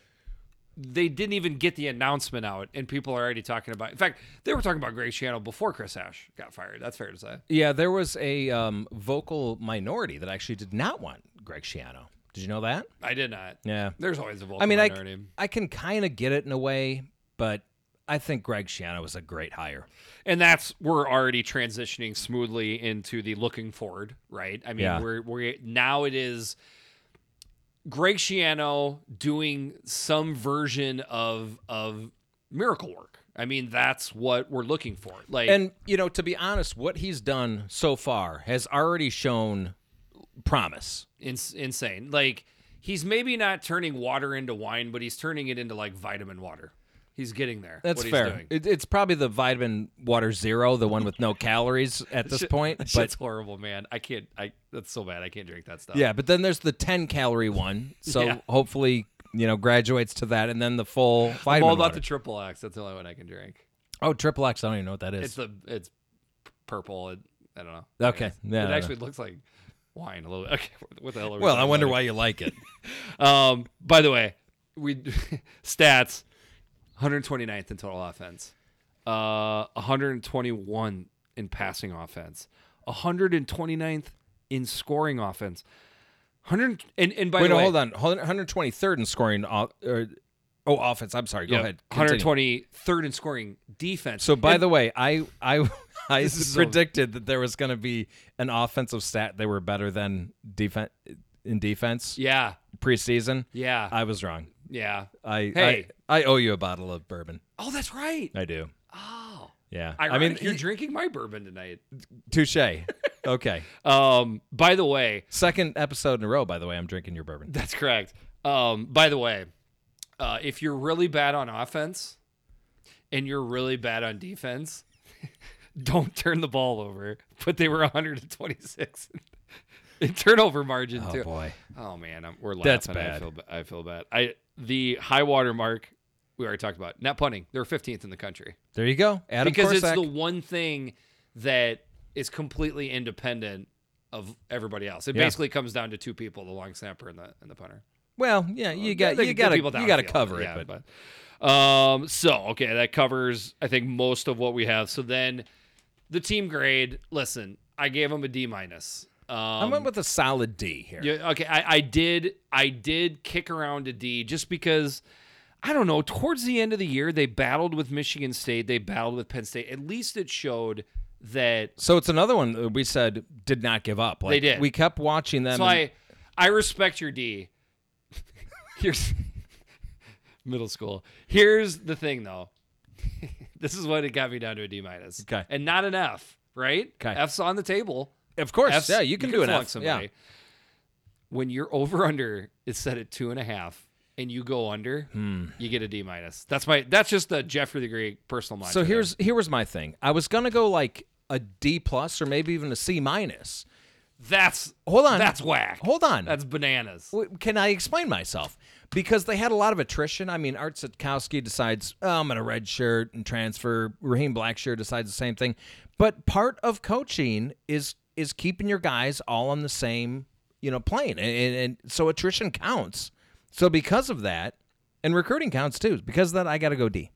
S1: They didn't even get the announcement out, and people are already talking about. In fact, they were talking about Grace Channel before Chris Ash got fired. That's fair to say.
S2: Yeah, there was a um, vocal minority that actually did not want Greg Schiano. Did you know that?
S1: I did not.
S2: Yeah.
S1: There's always a vocal
S2: I mean, I,
S1: minority.
S2: I can kind of get it in a way, but I think Greg Schiano was a great hire.
S1: and that's we're already transitioning smoothly into the looking forward, right? I mean,
S2: Yeah.
S1: we're we're now it is Greg Schiano doing some version of of miracle work. I mean, that's what we're looking for. Like,
S2: And, you know, to be honest, what he's done so far has already shown promise.
S1: ins- insane. Like, he's maybe not turning water into wine, but he's turning it into like vitamin water. He's getting there.
S2: That's
S1: what he's
S2: fair.
S1: doing.
S2: It, it's probably the vitamin water zero, the one with no calories at this point.
S1: That
S2: But
S1: shit's horrible, man. I can't. I that's so bad. I can't drink that stuff.
S2: yeah, but then there's the 10 calorie one. So
S1: Yeah.
S2: hopefully, you know, graduates to that. And then the full
S1: I'm
S2: vitamin
S1: all about
S2: water.
S1: the triple X. That's the only one I can drink.
S2: Oh, triple X. I don't even know what that is.
S1: It's the it's purple. It, I don't know.
S2: Okay.
S1: It's-
S2: No,
S1: it
S2: no,
S1: actually looks like wine a little. Okay, what the hell? Are we
S2: well, I
S1: talking
S2: wonder
S1: about
S2: why you like it.
S1: here? Um, by the way, we stats 129th in total offense, uh, 121 in passing offense, 129th in scoring offense. 100 and, and by the
S2: Wait, no,
S1: way,
S2: hold on. Hold- 123rd in scoring. o- Or, oh, offense. I'm sorry. Go
S1: yeah,
S2: ahead. Continue.
S1: 123rd in scoring defense.
S2: So, by the way, I I I
S1: is so-
S2: predicted that there was going to be an offensive stat they were better than defense in defense
S1: yeah,
S2: preseason.
S1: yeah,
S2: I was wrong.
S1: yeah.
S2: I,
S1: Hey.
S2: I I owe you a bottle of bourbon.
S1: Oh, that's right.
S2: I do.
S1: Oh,
S2: Yeah.
S1: Ironic,
S2: I mean,
S1: you're drinking my bourbon tonight.
S2: touche. Okay.
S1: Um, by the way,
S2: Second episode in a row, by the way, I'm drinking your bourbon.
S1: that's correct. Um, by the way, uh, if you're really bad on offense and you're really bad on defense, don't turn the ball over. But they were 126 in turnover margin
S2: Oh
S1: too.
S2: boy.
S1: Oh man, I'm, we're laughing.
S2: That's
S1: I
S2: bad.
S1: feel, ba- I feel bad. I the high water mark we already talked about. Net punting. They're 15th in the country
S2: There you go. Adam
S1: because
S2: Korsak.
S1: it's the one thing that is completely independent of everybody else. It
S2: Yeah.
S1: basically comes down to two people: the long snapper and the and the punter.
S2: well, yeah, you got
S1: They
S2: you
S1: can
S2: got to
S1: put
S2: you
S1: people
S2: got to
S1: downfield,
S2: cover
S1: yeah,
S2: it, but
S1: but- um, so okay, that covers I think most of what we have. So then, the team grade. Listen, I gave them a D minus. Um,
S2: I went with a solid D here.
S1: yeah, okay. I, I did I did kick around a D just because I don't know, towards the end of the year they battled with Michigan State, they battled with Penn State. At least it showed that
S2: So it's another one that we said did not give up. Like,
S1: They did.
S2: We kept watching them.
S1: so
S2: and-
S1: I I respect your D. Here's middle school. Here's the thing though. this is what it got me down to a D minus.
S2: Okay.
S1: And not an F, right?
S2: 'Kay.
S1: F's on the table.
S2: of course,
S1: F's-
S2: yeah, you can do an
S1: flunk
S2: F.
S1: somebody. When your over under is set at two and a half and you go under,
S2: Hmm.
S1: you get a D minus. That's my that's just the Jeffrey the Great personal mind.
S2: So here's here was my thing. I was gonna go like a D plus or maybe even a C minus.
S1: that's
S2: Hold on.
S1: That's whack.
S2: Hold on.
S1: That's bananas.
S2: W- Can I explain myself? Because they had a lot of attrition. I mean, Art Sitkowski decides oh, I'm in a red shirt and transfer. Raheem Blackshear decides the same thing. But part of coaching is is keeping your guys all on the same you know plane, and, and, and so attrition counts. So because of that, and recruiting counts too. Because of that, I got to go D.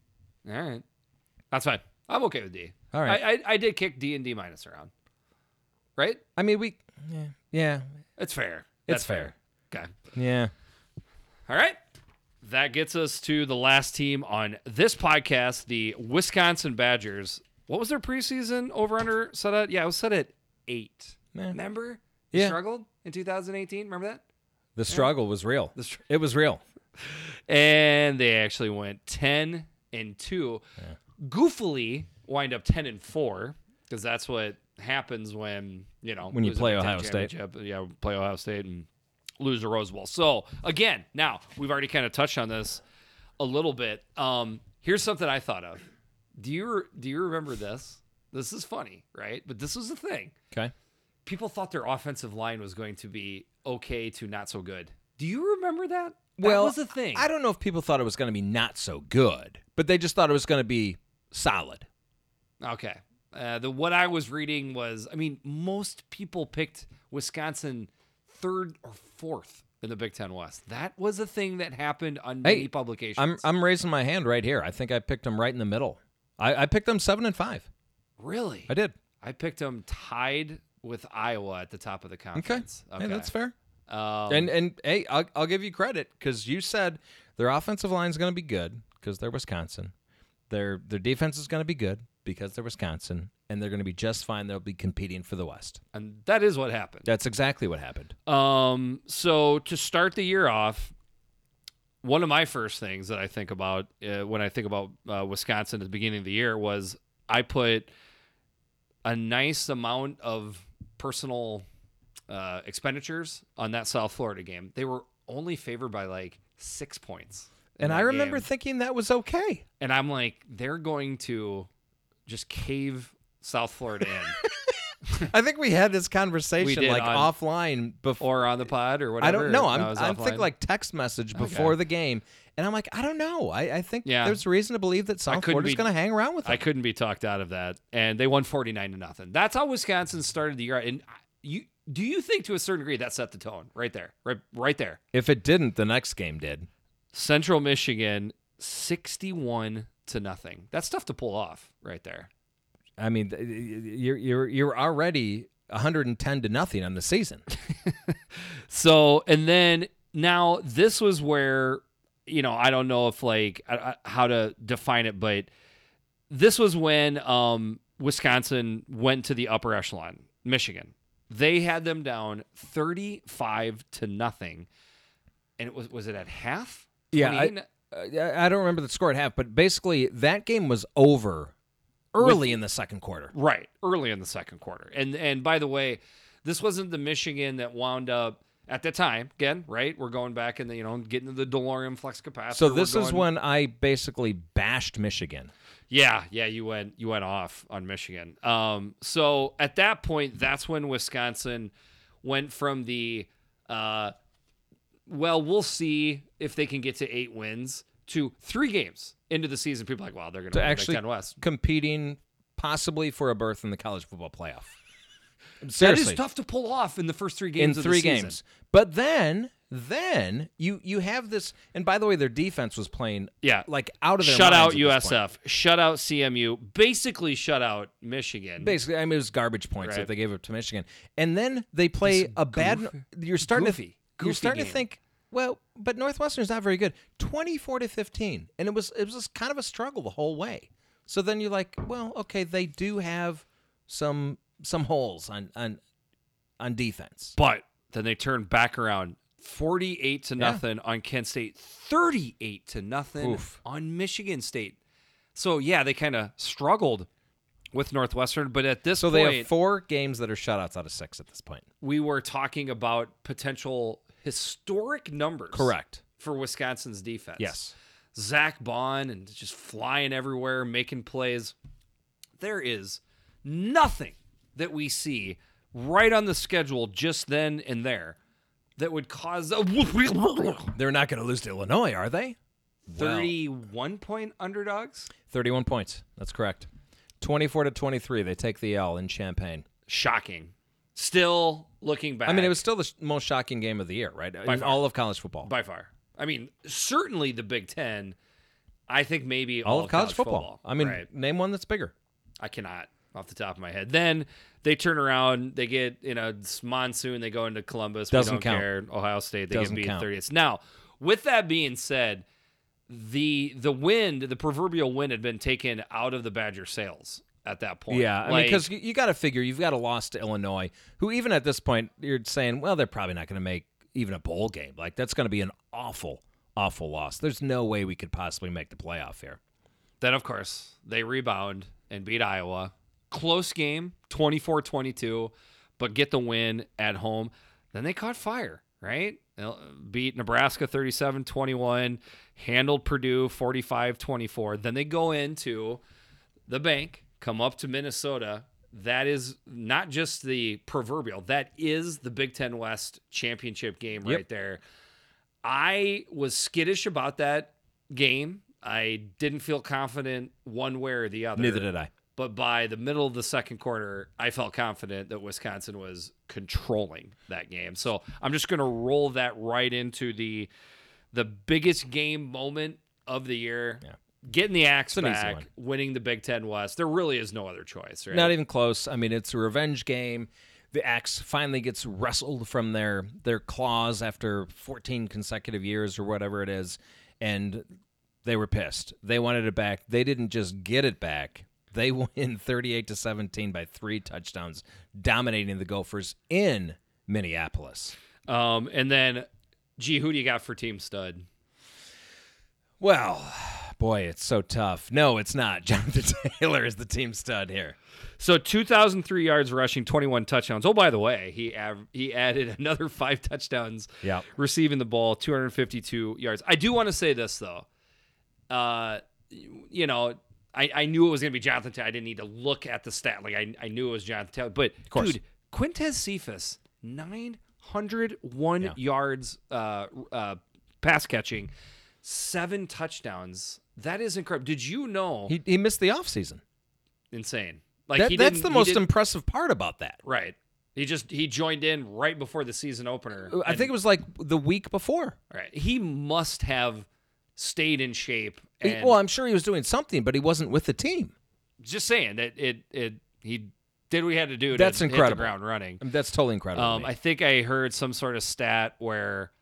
S1: All right. That's fine. I'm okay with D.
S2: All right.
S1: I I, I did kick D and D minus around. Right?
S2: I mean, we yeah yeah
S1: It's fair.
S2: It's
S1: That's fair. Okay.
S2: yeah.
S1: All right. That gets us to the last team on this podcast, the Wisconsin Badgers. What was their preseason over under set at? Yeah, it was set at eight.
S2: Yeah.
S1: Remember? They
S2: Yeah.
S1: Struggled in 2018. Remember that?
S2: The struggle was real.
S1: The str-
S2: It was real.
S1: And they actually went 10 and 2. Goofily wind up 10 and 4 because that's what happens when, you know,
S2: When you
S1: lose a
S2: play
S1: Big Ten
S2: Ohio State.
S1: championship. Yeah, play Ohio State and lose a Rose Bowl. So, again, now we've already kind of touched on this a little bit. Um, here's something I thought of. Do you do you remember this? This is funny, right? But this was the thing.
S2: Okay.
S1: People thought their offensive line was going to be okay to not so good. Do you remember that? That
S2: well,
S1: was the thing.
S2: I don't know if people thought it was going to be not so good, but they just thought it was going to be solid.
S1: Okay. Uh, the what I was reading was, I mean, most people picked Wisconsin third or fourth in the Big Ten West. That was a thing that happened on many
S2: Hey,
S1: publications.
S2: I'm I'm raising my hand right here. I think I picked them right in the middle. I, I picked them seven and five.
S1: really,
S2: I did.
S1: I picked them tied with Iowa at the top of the
S2: Okay.
S1: conference.
S2: Hey, that's fair.
S1: Um,
S2: and and hey, I'll, I'll give you credit because you said their offensive line is going to be good because they're Wisconsin. Their their defense is going to be good because they're Wisconsin, and they're going to be just fine. They'll be competing for the West.
S1: and that is what happened.
S2: That's exactly what happened.
S1: Um, so to start the year off, one of my first things that I think about uh, when I think about uh, Wisconsin at the beginning of the year was I put a nice amount of personal uh, expenditures on that South Florida game. They were only favored by like six points. in
S2: And I
S1: that
S2: remember
S1: game.
S2: thinking that was okay.
S1: and I'm like, they're going to just cave South Florida in,
S2: I think we had this conversation
S1: We did
S2: like
S1: on-
S2: offline before.
S1: or on the pod, or whatever.
S2: I don't know. I'm,
S1: No, it was
S2: I'm
S1: offline.
S2: thinking like text message before the game, and I'm like, I don't know. I, I think
S1: Yeah.
S2: there's reason to believe that South
S1: couldn't
S2: Florida's
S1: be-
S2: going to hang around with
S1: I
S2: them.
S1: couldn't be talked out of that, and they won forty nine to nothing. That's how Wisconsin started the year. And I- you, do you think to a certain degree that set the tone right there, right, right there?
S2: If it didn't, the next game did.
S1: Central Michigan sixty one to nothing. That's tough to pull off, right there.
S2: I mean, th- you're you're you're already 110 to nothing on the season.
S1: So, and then now this was where, you know, I don't know if like I, I, how to define it, but this was when um, Wisconsin went to the upper echelon, Michigan. They had them down 35 to nothing. And it was, was it at half?
S2: Yeah, Uh, I-
S1: 28?
S2: I I don't remember the score at half, but basically that game was over early in the second quarter.
S1: Right, early in the second quarter. And and by the way, this wasn't the Michigan that wound up at the time. Again, right? We're going back and you know getting to the DeLorean flux capacitor.
S2: So
S1: We're
S2: this is
S1: going-
S2: when I basically bashed Michigan.
S1: Yeah, yeah, you went you went off on Michigan. Um, so at that point, that's when Wisconsin went from the uh, well, we'll see if they can get to eight wins to three games into the season. People are like, wow, they're going to
S2: actually-
S1: Big Ten West.
S2: competing possibly for a berth in the college football playoff.
S1: That
S2: Seriously,
S1: is tough to pull off in the first three
S2: in
S1: games. of the
S2: three
S1: season.
S2: games. But then, then you you have this. And by the way, their defense was playing
S1: Yeah.
S2: like out of their
S1: shut out
S2: minds at this point.
S1: USF, shut out CMU, basically shut out Michigan.
S2: Basically, I mean, it was garbage points
S1: Right.
S2: that they gave up to Michigan. And then they play a bad. you're starting
S1: goofy-
S2: to you're
S1: goofy
S2: starting
S1: game.
S2: to think. Well, but Northwestern's not very good. Twenty four to fifteen, and it was it was just kind of a struggle the whole way. So then you're like, well, okay, they do have some some holes on on on defense.
S1: But then they turned back around 48 to nothing on Kent State, 38 to nothing
S2: Oof.
S1: on Michigan State. So yeah, they kind of struggled with Northwestern, but at this
S2: So
S1: point
S2: they have four games that are shutouts out of six at this point.
S1: we were talking about potential historic numbers. For Wisconsin's defense.
S2: Yes.
S1: Zach Bond and just flying everywhere, making plays. There is nothing that we see right on the schedule just then and there that would cause a
S2: They're not going to lose to Illinois, are they?
S1: 31 point underdogs.
S2: 31 points. That's correct. 24 to 23, they take the L in Champaign.
S1: Shocking. Still looking back.
S2: I mean, it was still the sh- most shocking game of the year, right? in
S1: far.
S2: all of college football.
S1: by far. I mean, certainly the Big Ten. I think maybe all,
S2: all of college, football. I mean,
S1: Right.
S2: name one that's bigger.
S1: I cannot off the top of my head. Then they turn around, they get you know it's monsoon, they go into Columbus.
S2: Doesn't
S1: we don't
S2: count.
S1: care. Ohio State, they
S2: Doesn't
S1: get beat
S2: count.
S1: thirtieth. Now, with that being said, the the wind, the proverbial wind, had been taken out of the Badger sails at that point.
S2: I mean,
S1: Like,
S2: because you, got to figure you've got a loss to Illinois, who even at this point you're saying, well, they're probably not going to make even a bowl game. Like that's going to be an awful, awful loss. There's no way we could possibly make the playoff here.
S1: then of course they rebound and beat Iowa. Close game, 24-22, but get the win at home. Then they caught fire, right? They'll- uh, Beat Nebraska 37-21, handled Purdue 45-24. Then they go into the bank, come up to Minnesota. That is not just the proverbial, that is the Big Ten West championship game right there. I was skittish about that game. I didn't feel confident one way or the other.
S2: Neither did I.
S1: But by the middle of the second quarter, I felt confident that Wisconsin was controlling that game. So I'm just going to roll that right into the the biggest game moment of the year.
S2: Yeah.
S1: Getting the axe
S2: an easy
S1: back,
S2: one.
S1: winning the Big Ten West. There really is no other choice, right?
S2: Not even close. I mean, it's a revenge game. The axe finally gets wrestled from their their claws after 14 consecutive years or whatever it is, and they were pissed. They wanted it back. They didn't just get it back. They win 38 to 17 by three touchdowns, dominating the Gophers in Minneapolis.
S1: um, and then, gee, who do you got for Team Stud?
S2: Well, boy, it's so tough. No, it's not. Jonathan Taylor is the team stud here.
S1: So 2,003 yards rushing, 21 touchdowns. Oh, by the way, he av- he added another five touchdowns
S2: Yep.
S1: receiving the ball, 252 yards. I do want to say this, though. Uh, you know, I, I knew it was going to be Jonathan Taylor. I didn't need to look at the stat. Like, I, I knew it was Jonathan Taylor. But,
S2: course.
S1: dude, Quintez Cephas, 901 yards uh, uh, pass catching, seven touchdowns. That is incredible. Did you know?
S2: He, he missed the offseason.
S1: insane. Like
S2: That,
S1: he
S2: that's
S1: didn't-
S2: the
S1: he
S2: most
S1: didn't-
S2: impressive part about that.
S1: Right. He just he joined in right before the season opener.
S2: I think it was like the week before.
S1: Right. He must have stayed in shape.
S2: He-
S1: And
S2: well, I'm sure he was doing something, but he wasn't with the team.
S1: just saying that it it he did what he had to do.
S2: That's
S1: to Hit
S2: incredible.
S1: the ground running.
S2: I mean, that's totally incredible. to
S1: Um,
S2: me.
S1: I think I heard some sort of stat where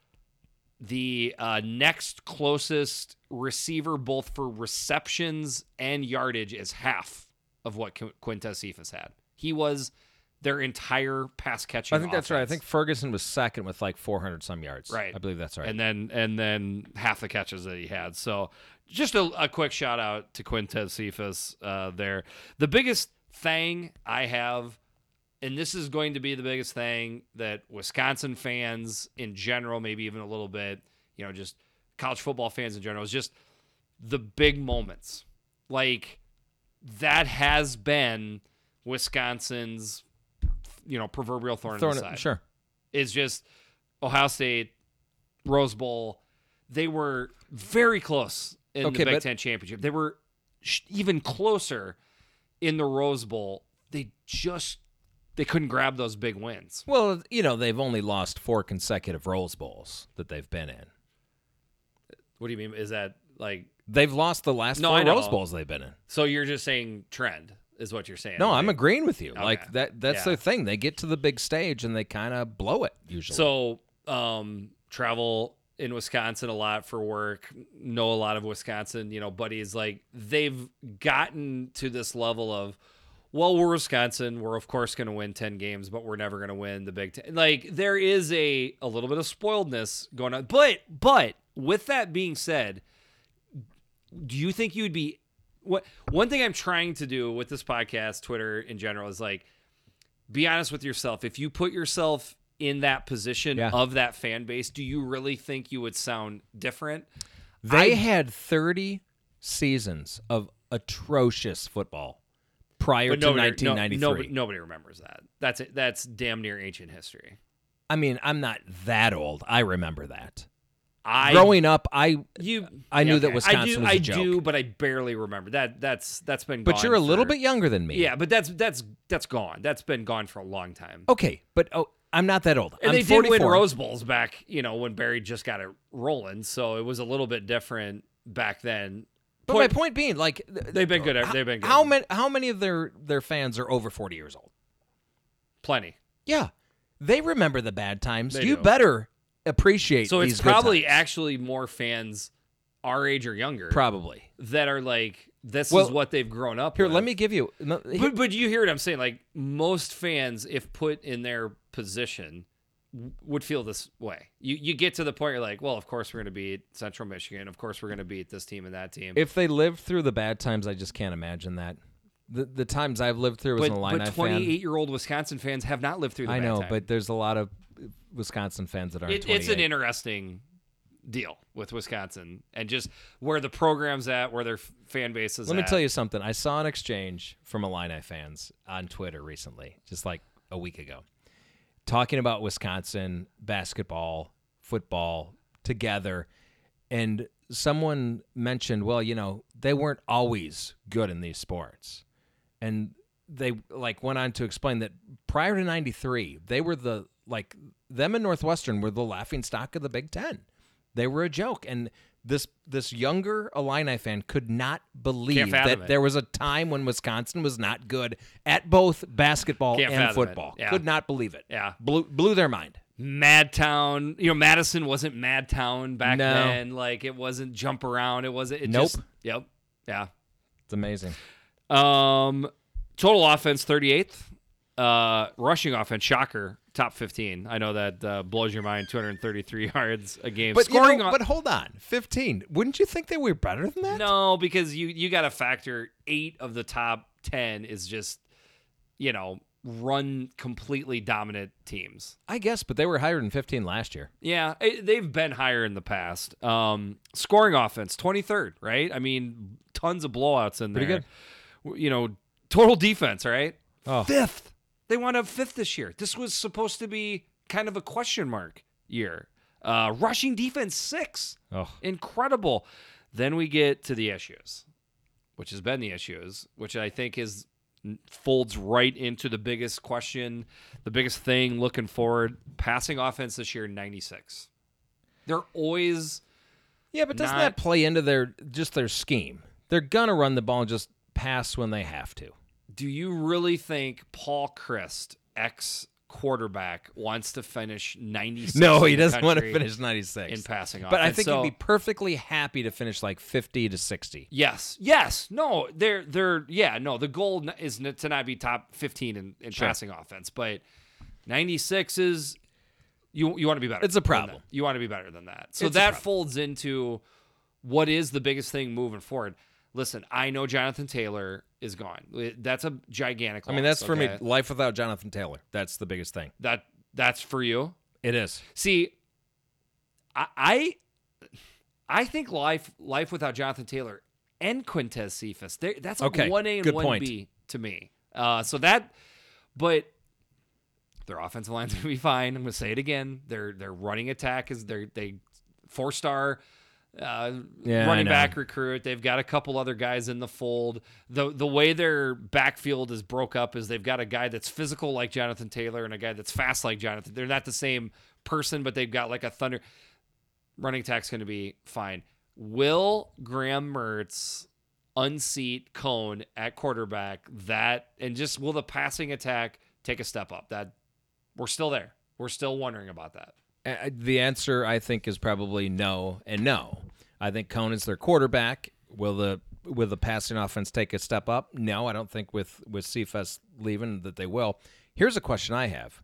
S1: the uh, next closest receiver, both for receptions and yardage, is half of what Quintez Cephas had. He was their entire pass catching.
S2: I think that's right. I think Ferguson was second with like 400 some yards.
S1: Right.
S2: I believe that's right.
S1: and then and then half the catches that he had. So just a, a quick shout out to Quintez Cephas uh, there. The biggest thing I have, and this is going to be the biggest thing that Wisconsin fans in general, maybe even a little bit, you know, just college football fans in general, is just the big moments. Like that has been Wisconsin's, you know, proverbial thorn,
S2: Throwing
S1: in
S2: it-
S1: the side
S2: sure.
S1: is just Ohio State, Rose Bowl. They were very close in
S2: Okay,
S1: the Big
S2: but-
S1: Ten championship. They were sh- even closer in the Rose Bowl. They just they couldn't grab those big wins.
S2: Well, you know, they've only lost four consecutive Rose Bowls that they've been in.
S1: What do you mean? Is that like
S2: They've lost the last
S1: No, I
S2: four
S1: know.
S2: Rose Bowls they've been in.
S1: so? You're just saying trend is what you're saying.
S2: No, I'm
S1: Like,
S2: agreeing with you.
S1: Okay.
S2: Like that that's
S1: Yeah.
S2: their thing. They get to the big stage and they kind of blow it usually.
S1: so um travel in Wisconsin a lot for work. Know a lot of Wisconsin, you know, buddies. Like they've gotten to this level of well, we're Wisconsin. We're of course going to win ten games, but we're never going to win the Big Ten. Like there is a a little bit of spoiledness going on. But but with that being said, do you think you would be what one thing I'm trying to do with this podcast, Twitter in general, is like be honest with yourself. If you put yourself in that position
S2: Yeah.
S1: of that fan base, do you really think you would sound different?
S2: They had 30 seasons of atrocious football prior to
S1: nobody- no-
S2: 1993.
S1: nobody, nobody remembers that. That's it. That's damn near ancient history.
S2: I mean, I'm not that old. I remember that.
S1: I
S2: Growing up, I
S1: you
S2: I knew that
S1: I do,
S2: Wisconsin was a
S1: I
S2: joke.
S1: do, but I barely remember that. That's that's been.
S2: but
S1: gone
S2: you're a little
S1: for-
S2: bit younger than me.
S1: Yeah, but that's that's that's gone. That's been gone for a long time.
S2: Okay, but oh, I'm not that old.
S1: And
S2: I'm
S1: they
S2: 44.
S1: did win Rose Bowls back, you know, when Barry just got it rolling. So it was a little bit different back then.
S2: But my point being, like,
S1: They've been good. They've been good.
S2: How many? How many of their their fans are over 40 years old?
S1: Plenty.
S2: Yeah, they remember the bad times.
S1: They
S2: you
S1: do.
S2: better appreciate.
S1: So
S2: these
S1: it's
S2: good
S1: probably
S2: times.
S1: actually more fans our age or younger
S2: probably
S1: that are like, this is
S2: Well,
S1: what they've grown up
S2: here.
S1: with.
S2: Let me give you. no, here-
S1: But, but you hear what I'm saying? Like, most fans, if put in their position, w- would feel this way. You you get to the point you're like, well, of course we're going to beat Central Michigan. Of course we're going to beat this team and that team.
S2: if they lived through the bad times, I just can't imagine that. The the times I've lived through as
S1: but
S2: an Illini
S1: but
S2: fan,
S1: 28 year old Wisconsin fans have not lived through the
S2: I
S1: bad
S2: know,
S1: time.
S2: but there's a lot of Wisconsin fans that aren't.
S1: It- it's an
S2: 28.
S1: interesting deal with Wisconsin and just where the program's at, where their f- fan base is
S2: Let me
S1: at.
S2: tell you something. I saw an exchange from Illini fans on Twitter recently, just like a week ago, talking about Wisconsin basketball, football together, and someone mentioned, well, you know, they weren't always good in these sports, and they like went on to explain that prior to '93, they were the like them and Northwestern were the laughing stock of the Big Ten. They were a joke, and this this younger Illini fan could not believe
S1: fathom
S2: that
S1: it.
S2: there was a time when Wisconsin was not good at both basketball
S1: Can't
S2: and
S1: fathom it.
S2: football.
S1: Yeah.
S2: Could not believe it.
S1: Yeah.
S2: blew blew their mind.
S1: Madtown, you know, Madison wasn't Madtown back
S2: No.
S1: then. Like it wasn't jump around. It wasn't. It
S2: Nope.
S1: Just, yep. Yeah.
S2: It's amazing.
S1: Um, total offense 38th. Uh, rushing offense, shocker, top 15. I know that uh, blows your mind. 233 yards a game.
S2: But
S1: Scoring
S2: you know,
S1: on-
S2: but hold on, fifteen. Wouldn't you think they were better than that?
S1: No, because you you got to factor eight of the top ten is just you know run completely dominant teams.
S2: I guess, but they were higher than fifteen last year.
S1: Yeah, it- they've been higher in the past. Um, scoring offense, twenty third, right? I mean, tons of blowouts in there.
S2: Pretty
S1: good. You know, total defense, right?
S2: Oh.
S1: Fifth. They wound up fifth this year. This was supposed to be kind of a question mark year. Uh, rushing defense, six
S2: Oh,
S1: incredible. Then we get to the issues, which has been the issues, which I think is folds right into the biggest question, the biggest thing looking forward. Passing offense this year, 96. They're always
S2: yeah, but doesn't
S1: Not-
S2: that play into their just their scheme? They're gonna run the ball and just pass when they have to.
S1: do you really think Paul Christ, ex quarterback wants to finish 96.
S2: No,
S1: in
S2: he
S1: the
S2: doesn't want to
S1: country
S2: finish 96.
S1: in passing
S2: but I
S1: offense.
S2: think
S1: So-
S2: he'd be perfectly happy to finish like 50 to 60.
S1: Yes. Yes. No. They're they're yeah. No. The goal n- is n- to not be top fifteen in, in
S2: Sure.
S1: passing offense, but ninety six is you you want to be better.
S2: It's a
S1: than
S2: problem.
S1: that. You want to be better than that. So
S2: It's a
S1: that
S2: problem.
S1: folds into what is the biggest thing moving forward. Listen, I know Jonathan Taylor is gone. That's a gigantic.
S2: I mean, that's for me.
S1: okay?
S2: Life without Jonathan Taylor. That's the biggest thing.
S1: That that's for you.
S2: It is.
S1: See, I, I I think life life without Jonathan Taylor and Quintez Cephas. they- That's like
S2: Okay,
S1: one A and
S2: good
S1: one
S2: point.
S1: B to me. Uh, so that, but their offensive line's gonna be fine. I'm gonna say it again. Their their running attack is their they four star. Uh,
S2: Yeah, I
S1: running
S2: know.
S1: back recruit. They've got a couple other guys in the fold. the The way their backfield is broke up is they've got a guy that's physical like Jonathan Taylor and a guy that's fast like Jonathan. They're not the same person, but they've got like a thunder. Running attack's going to be fine. Will Graham Mertz unseat Cone at quarterback? That and just will the passing attack take a step up? That we're still there. We're still wondering about that.
S2: Uh, The answer, I think, is probably no and no. I think Cone is their quarterback. Will the will the passing offense take a step up? No, I don't think with with CFS leaving that they will. Here's a question I have: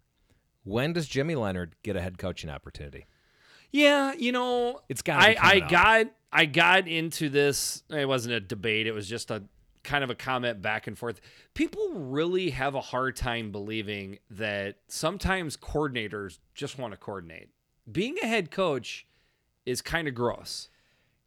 S2: When does Jimmy Leonard get a head coaching opportunity?
S1: Yeah, you know,
S2: It's gotta
S1: I
S2: be
S1: I
S2: coming up.
S1: got I got into this. It wasn't a debate. It was just a kind of a comment back and forth. People really have a hard time believing that sometimes coordinators just want to coordinate. Being a head coach is kind of gross.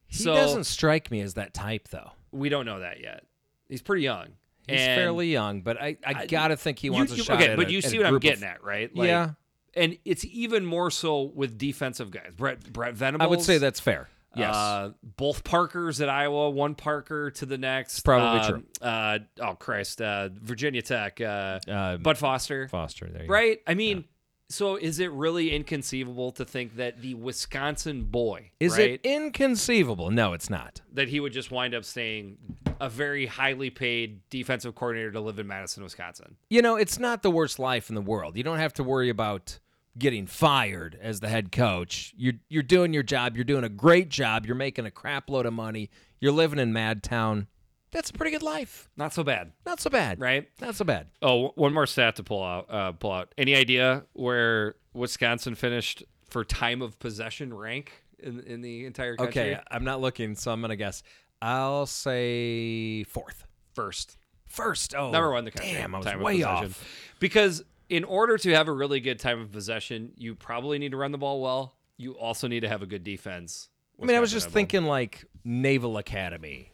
S2: He
S1: so
S2: doesn't strike me as that type, though.
S1: we don't know that yet. He's pretty young.
S2: He's
S1: And
S2: fairly young, but I, I gotta think he
S1: you-
S2: wants
S1: you-
S2: a shot.
S1: okay,
S2: at
S1: but
S2: a-
S1: you
S2: at
S1: see
S2: a
S1: what I'm
S2: group of-
S1: getting at, right? Like,
S2: yeah,
S1: and it's even more so with defensive guys. Brett Brett Venables.
S2: I would say that's fair. Yes,
S1: Uh, both Parkers at Iowa, one Parker to the next.
S2: probably
S1: Uh,
S2: true.
S1: Uh, oh, Christ. Uh, Virginia Tech. Uh,
S2: uh,
S1: Bud Foster.
S2: Foster, there you go.
S1: Right? I mean, so is it really inconceivable to think that the Wisconsin boy,
S2: Is
S1: right,
S2: it inconceivable? No, it's not.
S1: that he would just wind up staying a very highly paid defensive coordinator to live in Madison, Wisconsin?
S2: You know, it's not the worst life in the world. You don't have to worry about getting fired as the head coach. You're you're doing your job. You're doing a great job. You're making a crap load of money. You're living in Mad Town. That's a pretty good life.
S1: Not so bad,
S2: Not so bad.
S1: right?
S2: Not so bad.
S1: Oh, w- one more stat to pull out. Uh, pull out. Any idea where Wisconsin finished for time of possession rank in in the entire country?
S2: Okay, I'm not looking, so I'm gonna guess. I'll say fourth.
S1: first.
S2: First. Oh,
S1: Number one in the country.
S2: Damn, I was
S1: time of
S2: way
S1: possession.
S2: off.
S1: Because in order to have a really good time of possession, you probably need to run the ball well. You also need to have a good defense.
S2: I mean, I was
S1: Wisconsin
S2: just
S1: had
S2: thinking like Naval Academy.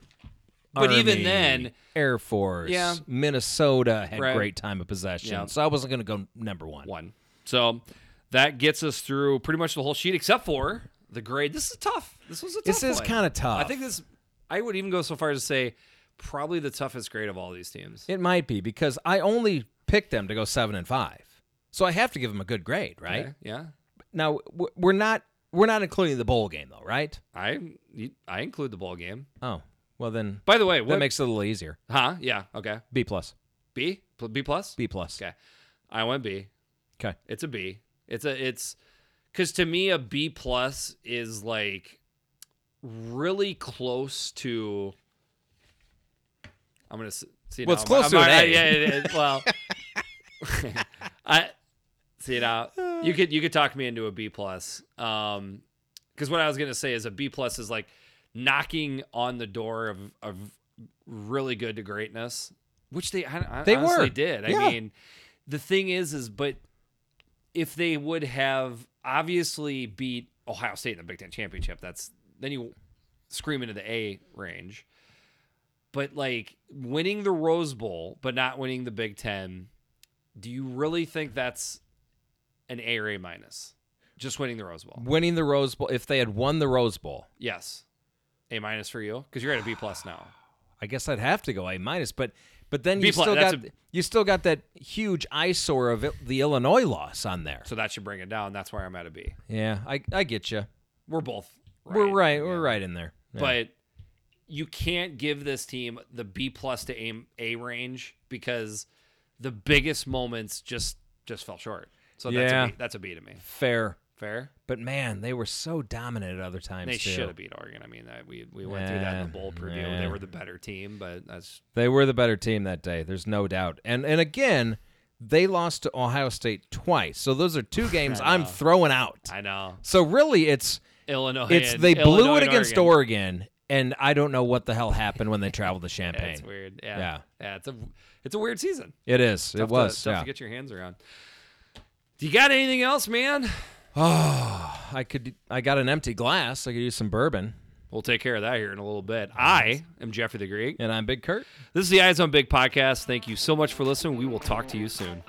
S1: But even
S2: Army,
S1: then-
S2: Air Force,
S1: Yeah.
S2: Minnesota had
S1: Right.
S2: great time of possession,
S1: Yeah.
S2: so I wasn't going to go number one.
S1: one. So that gets us through pretty much the whole sheet except for the grade. This is tough. This was a tough
S2: This is
S1: one.
S2: kind of tough.
S1: I think this I would even go so far as to say probably the toughest grade of all these teams.
S2: it might be because I only picked them to go seven and five, so I have to give them a good grade, right?
S1: Okay, Yeah.
S2: Now w- we're not we're not including the bowl game though, right?
S1: I I include the ball game.
S2: Oh, well then
S1: By the way, what
S2: that makes it a little easier.
S1: Huh? Yeah, okay.
S2: B plus,
S1: B? Pl- B plus?
S2: B plus.
S1: Okay. I went B.
S2: Okay.
S1: It's a B. It's a it's because to me a B plus is like really close to. I'm gonna s- see.
S2: Well,
S1: now,
S2: it's
S1: I'm-
S2: close
S1: I'm
S2: to an
S1: already-
S2: A.
S1: Yeah, it is. well, I see now. You could you could talk me into a B plus. Um, because what I was gonna say is a B plus is like knocking on the door of of really good to greatness, which they I, I
S2: They
S1: honestly
S2: were.
S1: did. I
S2: Yeah.
S1: mean, the thing is, is but if they would have obviously beat Ohio State in the Big Ten championship, that's then you scream into the A range. But like winning the Rose Bowl, but not winning the Big Ten, do you really think that's an A or A minus? Just winning the Rose Bowl.
S2: Winning the Rose Bowl. If they had won the Rose Bowl,
S1: Yes. A minus for you because you're at a B plus now.
S2: I guess I'd have to go A minus, but but then
S1: B
S2: you
S1: plus,
S2: still
S1: that's
S2: got
S1: a-
S2: you still got that huge eyesore of it, the Illinois loss on there.
S1: So that should bring it down. That's where I'm at a B.
S2: Yeah, I I get you.
S1: We're both right.
S2: We're right. We're right in there. Yeah.
S1: But you can't give this team the B plus to aim A range because the biggest moments just just fell short. So
S2: Yeah.
S1: that's a B, that's a B to me.
S2: Fair.
S1: Fair.
S2: But man, they were so dominant at other times.
S1: They
S2: too.
S1: should have beat Oregon. I mean, that we we went through that in the
S2: Yeah,
S1: bowl preview.
S2: yeah.
S1: They were the better team, but that's
S2: They were the better team that day. There's no doubt. And and again, they lost to Ohio State twice. So those are two games I'm throwing out.
S1: I know
S2: So really, it's
S1: Illinois.
S2: it's
S1: and-
S2: they blew
S1: Illinois
S2: it
S1: and
S2: against
S1: Oregon.
S2: Oregon. and I don't know what the hell happened when they traveled to Champaign.
S1: That's weird. Yeah.
S2: Yeah.
S1: yeah, It's a it's a weird season.
S2: It is.
S1: Tough
S2: it was.
S1: to, tough
S2: yeah.
S1: to get your hands around. Do you got anything else, man?
S2: I could. I got an empty glass. I could use some bourbon.
S1: We'll take care of that here in a little bit. I am Jeffrey the Greek.
S2: And I'm Big Kurt.
S1: This is the Eyes on Big podcast. Thank you so much for listening. We will talk to you soon.